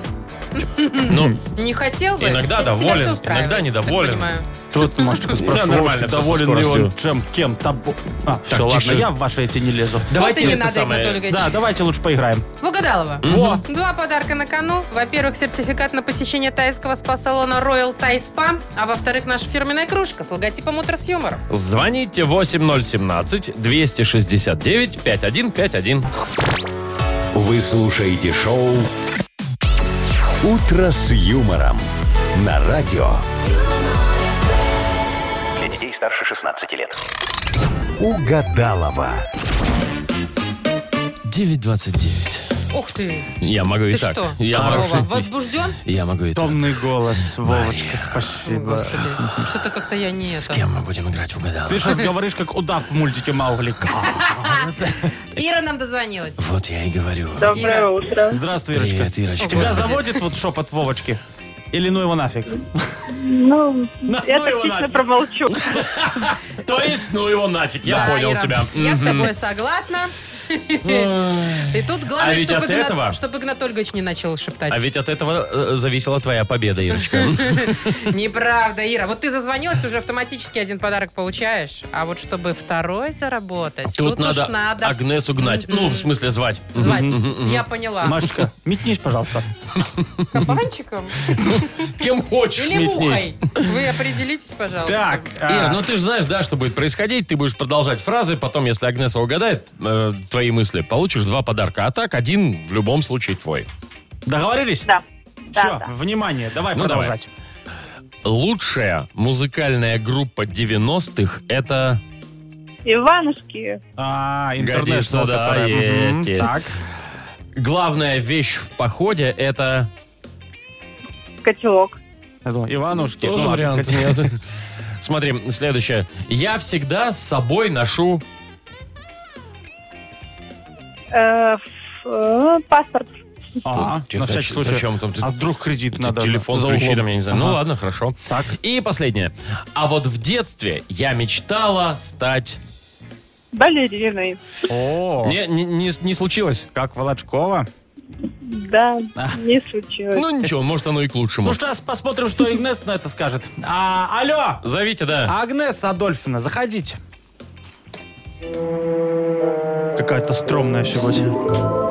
Ну,
Не хотел бы?
Иногда
То есть тебя
доволен,
всё устраивает,
иногда недоволен.
так понимаю.
Что ты, Машечка,
Да, нормально
спрашиваешь,
всё со
доволен ли он
скоростью.
чем, кем, тобой? А, все, ладно,
тише.
я в ваши эти не лезу.
давайте
вот и не
это
надо,
самое-
Игнат Ольгович.
Да, давайте лучше поиграем.
В угадалово.
Во.
Два подарка на кону. Во-первых, сертификат на посещение тайского спа-салона Royal Thai Spa. А во-вторых, наша фирменная кружка с логотипом «Утро с юмором».
Звоните 8017-269-5151.
Вы слушаете шоу «Утро с юмором» на радио.
Для детей старше 16 лет.
Угадалова.
9.29.
Ух ты.
Я могу и
Ты
так.
что,
Я
Вова,
могу.
возбужден?
Я могу и
Томный голос, Вовочка, спасибо.
Господи, что-то как-то я не
С
это.
кем мы будем играть в угадалово?
Ты сейчас говоришь, как удав в мультике Маугли.
Ира нам дозвонилась.
Вот я и говорю.
Доброе
утро. Здравствуй, Ирочка.
Привет, Ирочка.
Тебя
Господи.
заводит вот шепот Вовочки? Или ну его нафиг?
Ну,
На-
я
ну его
тактично
нафиг.
промолчу.
То есть, ну его нафиг, я
Да,
понял
Ира,
тебя.
Я с
Мгм.
тобой согласна. И тут главное,
А ведь
чтобы,
от
Игнат-
этого-
чтобы Игнат Ольгович не начал шептать.
А ведь от этого э, зависела твоя победа, Ирочка.
Неправда, Ира. Вот ты зазвонилась, уже автоматически один подарок получаешь. А вот чтобы второй заработать, тут,
Тут надо
уж надо
Агнесу гнать. Ну, в смысле, звать.
звать.
Мгм, мгм, мгм.
Я поняла.
Машечка, метнись, пожалуйста.
Кабанчиком
Кем хочешь
или
метнись.
мухой? Вы определитесь, пожалуйста.
Так,
Ир,
а,
ну ты же знаешь, да, что будет происходить. Ты будешь продолжать фразы, потом, если Агнеса угадает э, твои мысли, получишь два подарка. А так, один в любом случае твой.
договорились?
Да.
Все,
да.
внимание, давай
Ну, давай.
продолжать.
Лучшая музыкальная группа 90-х это...
Иванушки.
А,
Годишься,
интернешнл,
да,
которая,
есть,
мгм,
есть.
Так,
Главная вещь в походе это...
Котелок.
Я думал, Иванушки.
Тоже
ну ладно,
вариант.
хотя-
нет. Смотри, следующее. Я всегда с собой ношу...
Э, ф- э, Паспорт.
А,
Тебе
на
зач-
всякий случай.
Зачем там? ты-
А вдруг кредит
ты
надо?
телефон
за
ключи
углом?
там, я не знаю. Ну
Ага.
ладно, хорошо.
Так,
И последнее. А вот в детстве я мечтала стать...
Балериной.
о,
Не, не, не- не случилось?
как Волочкова.
Да,
А.
не случилось.
Ну ничего, может оно и к лучшему.
Ну, сейчас посмотрим, что Игнес на это скажет. А, алло,
Зовите,
А?
да.
Агнес Адольфовна, заходите. Какая-то стрёмная сегодня.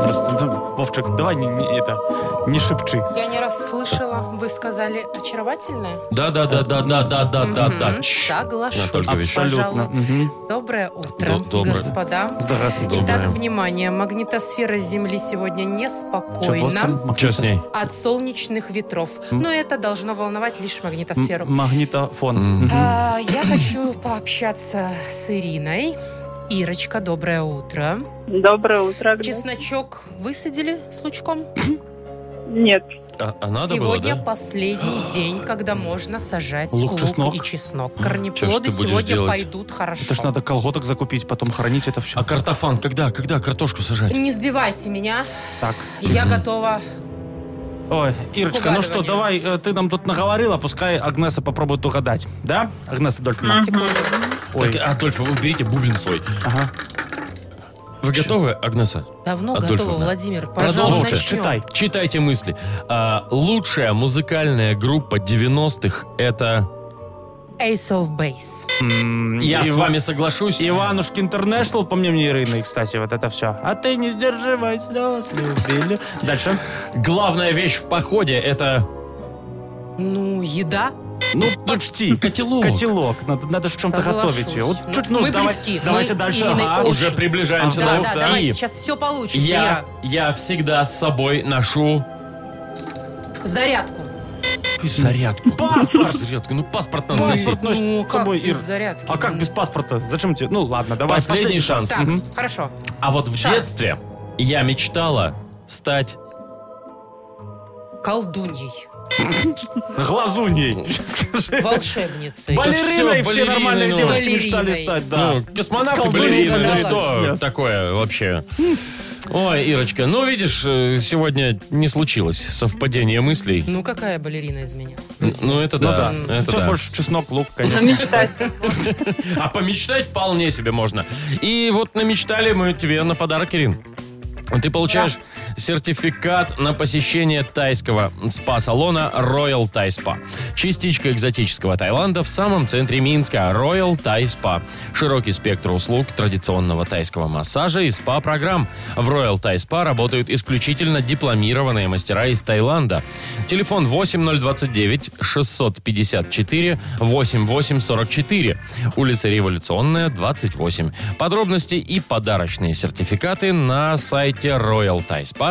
Просто, ну, Вовчик, давай не, не это, не шепчи.
Я не расслышала. Вы сказали очаровательное?
Да, да, да, да, да, да, да, да, да.
Мгм. Соглашусь,
Анатолий Ильич.
Абсолютно.
пожалуй.
Мгм.
Доброе утро,
Д- доброе.
господа.
Здравствуйте.
Итак,
Доброе.
внимание, магнитосфера Земли сегодня
Чё, у вас там
неспокойна
Что
магнито-
с ней?
от солнечных ветров. Но это должно волновать лишь магнитосферу.
м- Магнитофон. Мгм.
А, Я хочу пообщаться с Ириной. Ирочка, доброе утро.
Доброе утро, Агнес.
Чесночок высадили с лучком?
Нет.
А, а надо
сегодня
было, да?
последний день, когда можно сажать
Лук,
лук,
чеснок.
и чеснок.
Чё ж ты
Корнеплоды
будешь
сегодня
делать?
пойдут хорошо.
Это ж надо колготок закупить, потом хранить это все.
А картофан когда? Когда картошку сажать?
Не сбивайте меня,
Так.
я готова.
Ой, Ирочка, ну что,
Угадывание.
давай, э, ты нам тут наговорила, пускай Агнеса попробует угадать. Да, Агнеса Адольфовна?
Так,
Ой,
Адольф, вы уберите бублин свой.
ага.
Вы готовы, Агнеса?
Давно
Адольфовна,
готова, Владимир.
продолжите.
Пожалуйста,
Вовчик,
начнем.
читай.
Читайте мысли. А, лучшая музыкальная группа 90-х это...
Ace of Base.
М,
Я с
Ива-
вами соглашусь.
Иванушки Интернешнл, по мне, мне Ирины, кстати, вот это все. А ты не сдерживай слез, любили. Дальше.
Главная вещь в походе это...
Ну, еда.
Ну, почти.
Котелок.
Котелок. Надо, надо ж в чем-то
Соглашусь.
готовить ее. Вот
Ну,
чуть, ну,
мы
давай-
близки.
давайте
Мы с
дальше. А,
Ириной
Ага.
очень.
Уже приближаемся
да,
на
да,
ух-
давайте,
И
сейчас все получится,
Я, я всегда с собой ношу...
Ира. Зарядку.
Какую зарядку?
Паспорт!
Зарядку. Ну, паспорт надо носить.
Паспорт носит
Ну,
с
как
собой,
без
Ир.
зарядки? Ну,
А как без паспорта? Зачем тебе? Ну, ладно, давай.
Последний шанс.
Так,
Мгм.
хорошо.
А вот в
Шар.
детстве я мечтала стать...
Колдуньей,
Глазуней. Скажи.
волшебницей.
Бал-
Балериной все
балериной,
нормальные
ну.
девочки мечтали
Балериной.
стать, да.
Ну, космонавты,
Колдунья
балерины, ну
угадала.
что
Нет.
такое вообще? Ой, Ирочка, ну видишь, э, сегодня не случилось совпадение мыслей.
Ну, какая балерина из меня?
Н- Ну это
Ну
да, это
Все
да.
больше чеснок, лук, конечно.
Мечтать.
А помечтать вполне себе можно. И вот намечтали мы тебе на подарок, Ирин. Ты получаешь сертификат на посещение тайского спа-салона Royal Thai Spa. Частичка экзотического Таиланда в самом центре Минска. Royal Thai Spa. Широкий спектр услуг традиционного тайского массажа и спа-программ. В Royal Thai Spa работают исключительно дипломированные мастера из Таиланда. Телефон 8029 654 8844. Улица Революционная, 28. Подробности и подарочные сертификаты на сайте royalthaispa.by.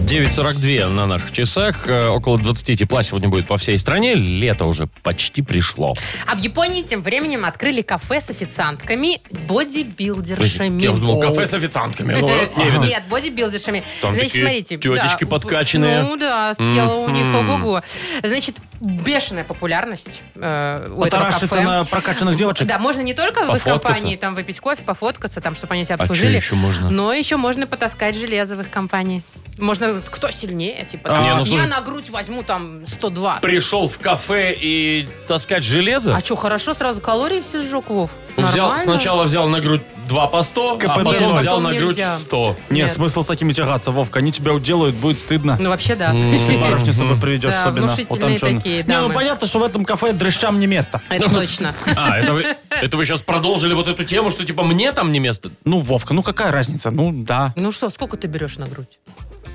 9.42 на наших часах. Э, Около 20 тепла сегодня будет по всей стране. Лето уже почти пришло.
А в Японии тем временем открыли кафе с официантками, бодибилдершами.
Я уже думал, кафе с официантками. Ну, вот не видно.
Нет, бодибилдершами.
Там
Значит,
такие
смотрите.
тетечки
да,
подкачанные.
Ну да, с тела у них
М-м.
ого-го. Значит, бешеная популярность э, у этого
Потарашиться
кафе.
на прокачанных девочек?
Да, можно не только в их
Пофоткаться.
компании там выпить кофе, пофоткаться, там, чтобы они тебя
А чё
обслужили.
ещё можно?
Но еще можно потаскать железовых компаний. Можно, кто сильнее, типа,
А,
там,
не, ну,
я
слушай.
на грудь возьму там 120.
Пришел в кафе и таскать железо.
А что, хорошо, сразу калории все сжег, Вов?
Ну, Взял,
Нормально?
сначала взял на грудь 2 по 100, а потом
КПД ноль.
взял
Потом
на грудь
нельзя.
100.
Нет,
Нет.
смысл такими тягаться, Вовка. Они тебя уделают, будет стыдно.
Ну, вообще, да.
Если барышню с собой приведешь,
Да,
особенно
внушительные
утонченную.
такие
Не, ну
дамы.
понятно, что в этом кафе дрыщам не место.
Это точно.
А, это вы, это вы сейчас продолжили вот эту тему, что типа мне там не место?
Ну, Вовка, ну какая разница? Ну, да.
Ну что, сколько ты берешь на грудь?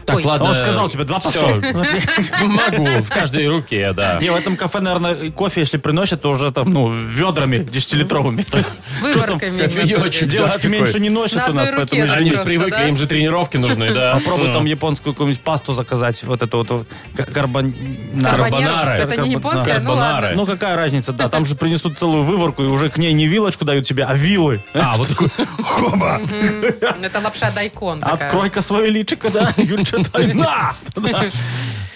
Так,
Ой.
ладно.
Он же сказал тебе, два по
Всё.
100.
Могу, в каждой руке, да.
Не, в этом кафе, наверное, и кофе, если приносят, то уже там, ну, ведрами 10-литровыми.
Выборками.
кофеёчек, да,
Девочки
такой?
меньше не
На
носят у
одной
нас,
руке
поэтому... А
же
Они же
просто, да?
привыкли, им же тренировки нужны, да.
Попробуй
Да.
там японскую какую-нибудь пасту заказать, вот эту вот ка- карбон...
Карбонара.
Карбонера. Это не
Карбонара.
японская, ну ладно.
Карбонара.
Ну какая разница, да, там же принесут целую выворку, и уже к ней не вилочку дают тебе, а вилы.
А, вот такой.
Ну, Хоба!
Мгм. Это лапша дайкон такая.
Открой-ка свое личико, да, Юльча, дай на! Да.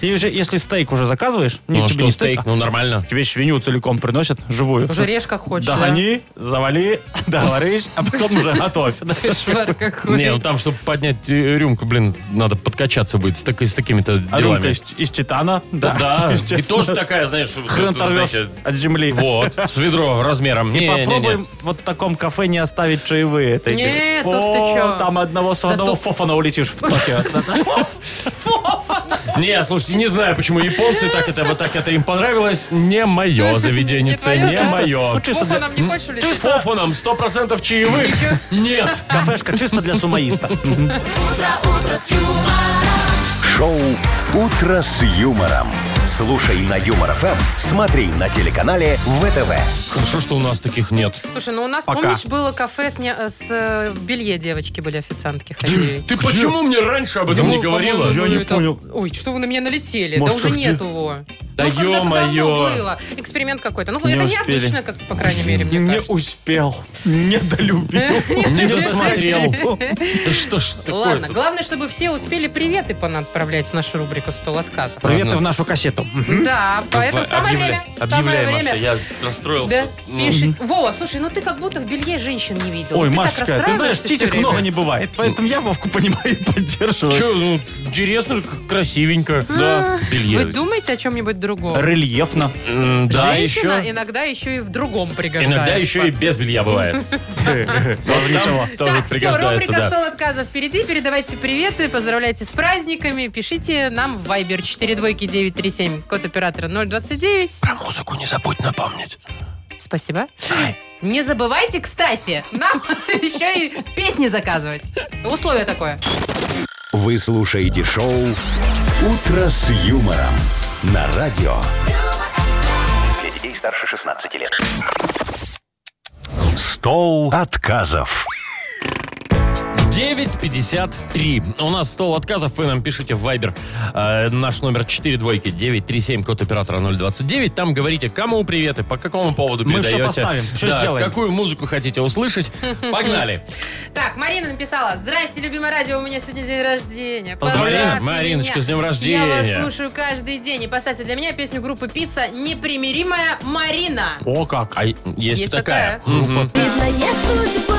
И уже, если стейк уже заказываешь, не,
Ну а
тебе
что,
не
стейк,
а
ну нормально.
тебе свинью целиком приносят, живую.
Уже режь как хочешь. э, да?
Догони, завали, договорись, а потом уже готовь.
Кошмар какой.
Не, ну там, чтобы поднять э, рюмку, блин, надо подкачаться будет с, такой- с такими-то
А рюмка
делами.
из, из титана, да,
Да, и
естественно.
тоже такая, знаешь, вот
Хрен
это,
оторвешь
знаете,
от земли.
Вот, с ведро размером. Не,
И
не, не.
попробуем вот в таком кафе не оставить чаевые. Это
Не,
интересно.
тут ты
О,
чё?
Там одного с одного фофана улетишь в Токио.
Не, слушайте, не знаю, почему японцы так это, вот так это им понравилось. Не мое заведение,
твоё, Ну,
не
чисто.
мое.
Фофа нам не хочешь
С
улететь?
фофаном 100% чаевых?
Ничего.
Нет.
Кафешка чисто для сумоиста.
Шоу «Утро с юмором». Слушай на Юмор ФМ, смотри на телеканале ВТВ.
Хорошо, что у нас таких нет.
Слушай, ну у нас,
Пока.
помнишь, было кафе с, не- с, э, в белье девочки были официантки ходили.
Ты почему мне раньше об этом не говорила?
Я не понял.
Ну, Ой, что вы на меня налетели?
Может,
да уже
а где?
нету его.
Да
ну, когда-то
ё-моё.
давно было. Эксперимент какой-то. Ну, это
успели.
не отлично, как, по крайней мере, мне
Не
кажется.
успел. Не долюбил.
Не досмотрел. Да что ж
Ладно,
такое
главное, чтобы все успели приветы понадправлять в нашу рубрику «Стол отказов».
Приветы в нашу кассету.
Да, поэтому а самое время.
Объявляй,
самое
Маша,
время.
я
Да,
расстроился. Ну,
пишите. Вова, слушай, ну ты как будто в белье женщин не видел.
Ой,
ты
Машечка,
так
ты знаешь,
расстраиваешься всё
титик
время.
много не бывает, поэтому я Вовку понимаю и поддерживаю.
Че, ну, интересно, к- красивенько. Да.
А, Вы
Белье.
думаете о чем-нибудь другом?
Рельефно.
М, Да,
Женщина
еще.
иногда еще и в другом пригождается.
Иногда еще и без белья бывает.
Тоже ничего.
Тоже
так, все,
пригождается,
рубрика
да.
«Стол отказов» впереди. Передавайте приветы, поздравляйте с праздниками. Пишите нам в Viber 42937, код оператора 029.
Про А музыку не забудь напомнить.
Спасибо. Не забывайте, кстати, нам еще и песни заказывать. Условие такое.
Вы слушаете шоу «Утро с юмором» на радио.
Для детей старше 16 лет.
Стол отказов.
9.53. У нас стол отказов. Вы нам пишите в Viber. Э, наш номер 4 двойки 937, код оператора 029. Там говорите, кому приветы, по какому поводу
Мы
передаете.
всё поставим, всё
Да,
сделаем.
Какую музыку хотите услышать. Погнали.
Так, Марина написала. Здрасте, любимое радио, у меня сегодня день рождения.
Поздравляем,
Поздравьте
Мариночка,
меня.
с днем рождения.
Я вас слушаю каждый день. И поставьте для меня песню группы «Пицца» «Непримиримая Марина».
О, как.
А есть,
Есть
такая.
такая.
Мгм.
Ну,
Видно, не судьба,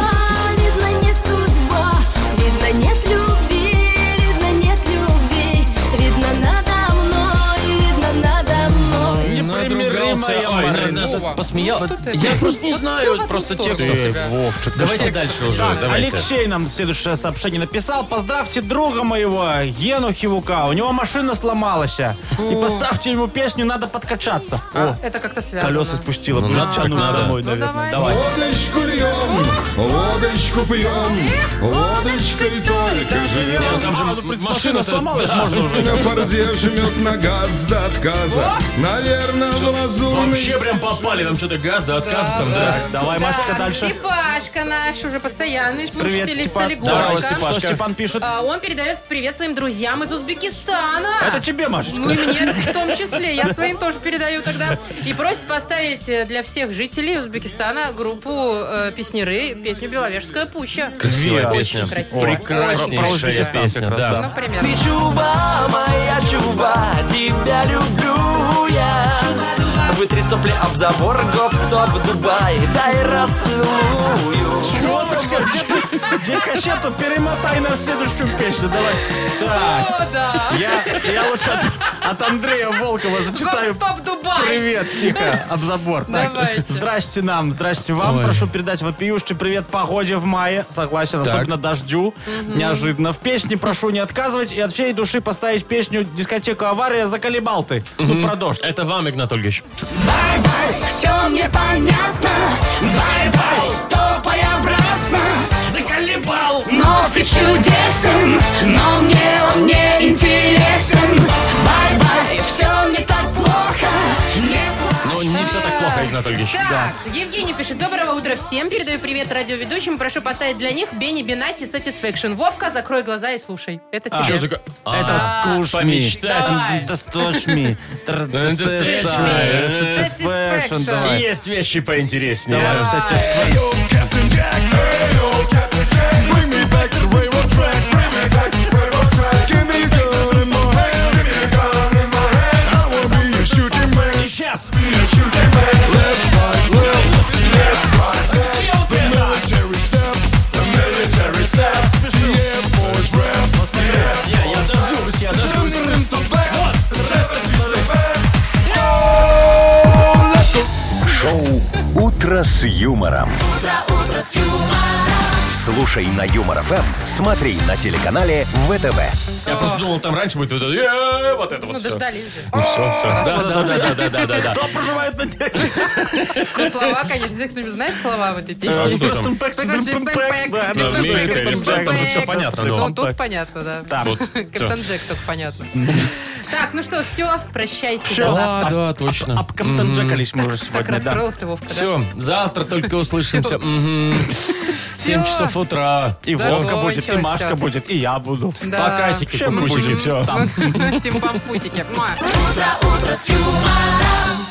видно, не судьба, видно, нет любви, видно, нет любви, видно, надо мной, видно, надо мной.
Надругался.
Непримиримая
Ой,
Марина.
нас
Вова,
посмеял.
ну что ты?
Я просто не
Вот
знаю
всё в
просто
одну сторону
текстов.
у тебя.
Давайте дальше уже.
Так,
давайте.
Алексей нам следующее сообщение написал. Поздравьте друга моего, Гену Хивука. У него машина сломалась. И поставьте ему песню «Надо подкачаться».
А,
О,
это как-то связано.
колеса спустила.
Ну,
Братчану
надо, так
домой,
надо.
наверное.
Ну,
Давай.
Водочку льем, водочку водочку пьем, водочкой только живем.
Там же м- машина сломалась, можно уже.
На форде жмет на газ до отказа. Наверное, в лазурный
Вообще прям попали, там что-то газ, да, отказ там, да.
Давай, Машечка,
Так,
дальше.
Степашка наш, уже постоянный
Привет,
слушатель из
Степан.
Здорово,
Солигорска.
Степашка.
Что Степан пишет?
А, Он передает привет своим друзьям из Узбекистана.
Это тебе, Машечка.
Ну и мне в том числе. Я своим тоже передаю тогда. И просит поставить э, для всех жителей Узбекистана группу э, песнеры песню «Беловежская пуща».
Красивая
Очень
песня.
красиво.
Прекраснейшая
Очень ну, красиво.
песня, да. Ну,
Например.
Ты чуба, моя чуба, тебя люблю я. Вытри сопли об забор, гоп-стоп, Дубай, дай расцелую.
Чёточка, где ты? Где Кащета? Перемотай на следующую песню, давай. Так.
О, да.
Я, я лучше от, от Андрея Волкова зачитаю.
Гоп-стоп Дубай.
Привет, тихо, об забор. Так,
Давайте.
Здрасте нам, здрасте вам.
Ой.
Прошу передать вопиющий привет погоде в мае. Согласен,
Так.
особенно дождю. Неожиданно. В песне прошу не отказывать и от всей души поставить песню «Дискотека авария» «Заколебал ты». Ну, про дождь.
Это вам, Игнат Ольгович.
Бай-бай, все мне понятно. Бай-бай, топай обратно. Заколебал. Но ты чудесен, но мне он не интересен. Бай-бай, все не так плохо. Не
Ну, не все так плохо, Игнат Ольгович.
Так, Евгений пишет. Доброго утра всем. Передаю привет радиоведущим. Прошу поставить для них Бенни Бенаси Satisfaction. Вовка, закрой глаза и слушай. Это
А.
тебе.
Чё за ко-
Это
А,
куш
помечтать.
Давай.
Достошми.
Satisfaction.
Давай.
Есть вещи поинтереснее.
Давай, Satisfaction.
Сейчас.
Шоу «Утро с юмором». Слушай на Юмор ФМ, смотри на телеканале ВТВ.
Я просто думал, там раньше будет вот это, «Э, вот это
Ну,
вот все.
дождались же.
Ну, все, все. Да-да-да-да-да-да.
Кто проживает на
Такие слова, конечно. Если кто-нибудь знает слова в этой
А,
песне.
что там? Да,
Ну,
Мейк,
Капитан
Капитан Джек, там же всё
Джек.
понятно, да.
Ну, тут понятно, да.
Там. Вот, всё.
Капитан Джек только понятно. Так, ну что, все, прощайте, до
Да,
завтра.
да, точно.
Об Каптанджакались мы уже
Так
сегодня, да.
расстроился Вовка, да?
Все, завтра только услышимся. Мгм. Семь
Всё.
часов утра.
И Вовка будет, и
Закончилось
Машка
всё.
будет, и я буду.
Да.
Покасики,
Чем мы
Ну,
кукусики,
будем?
все.
Всем пампусики. Муа.
Утро с юмором.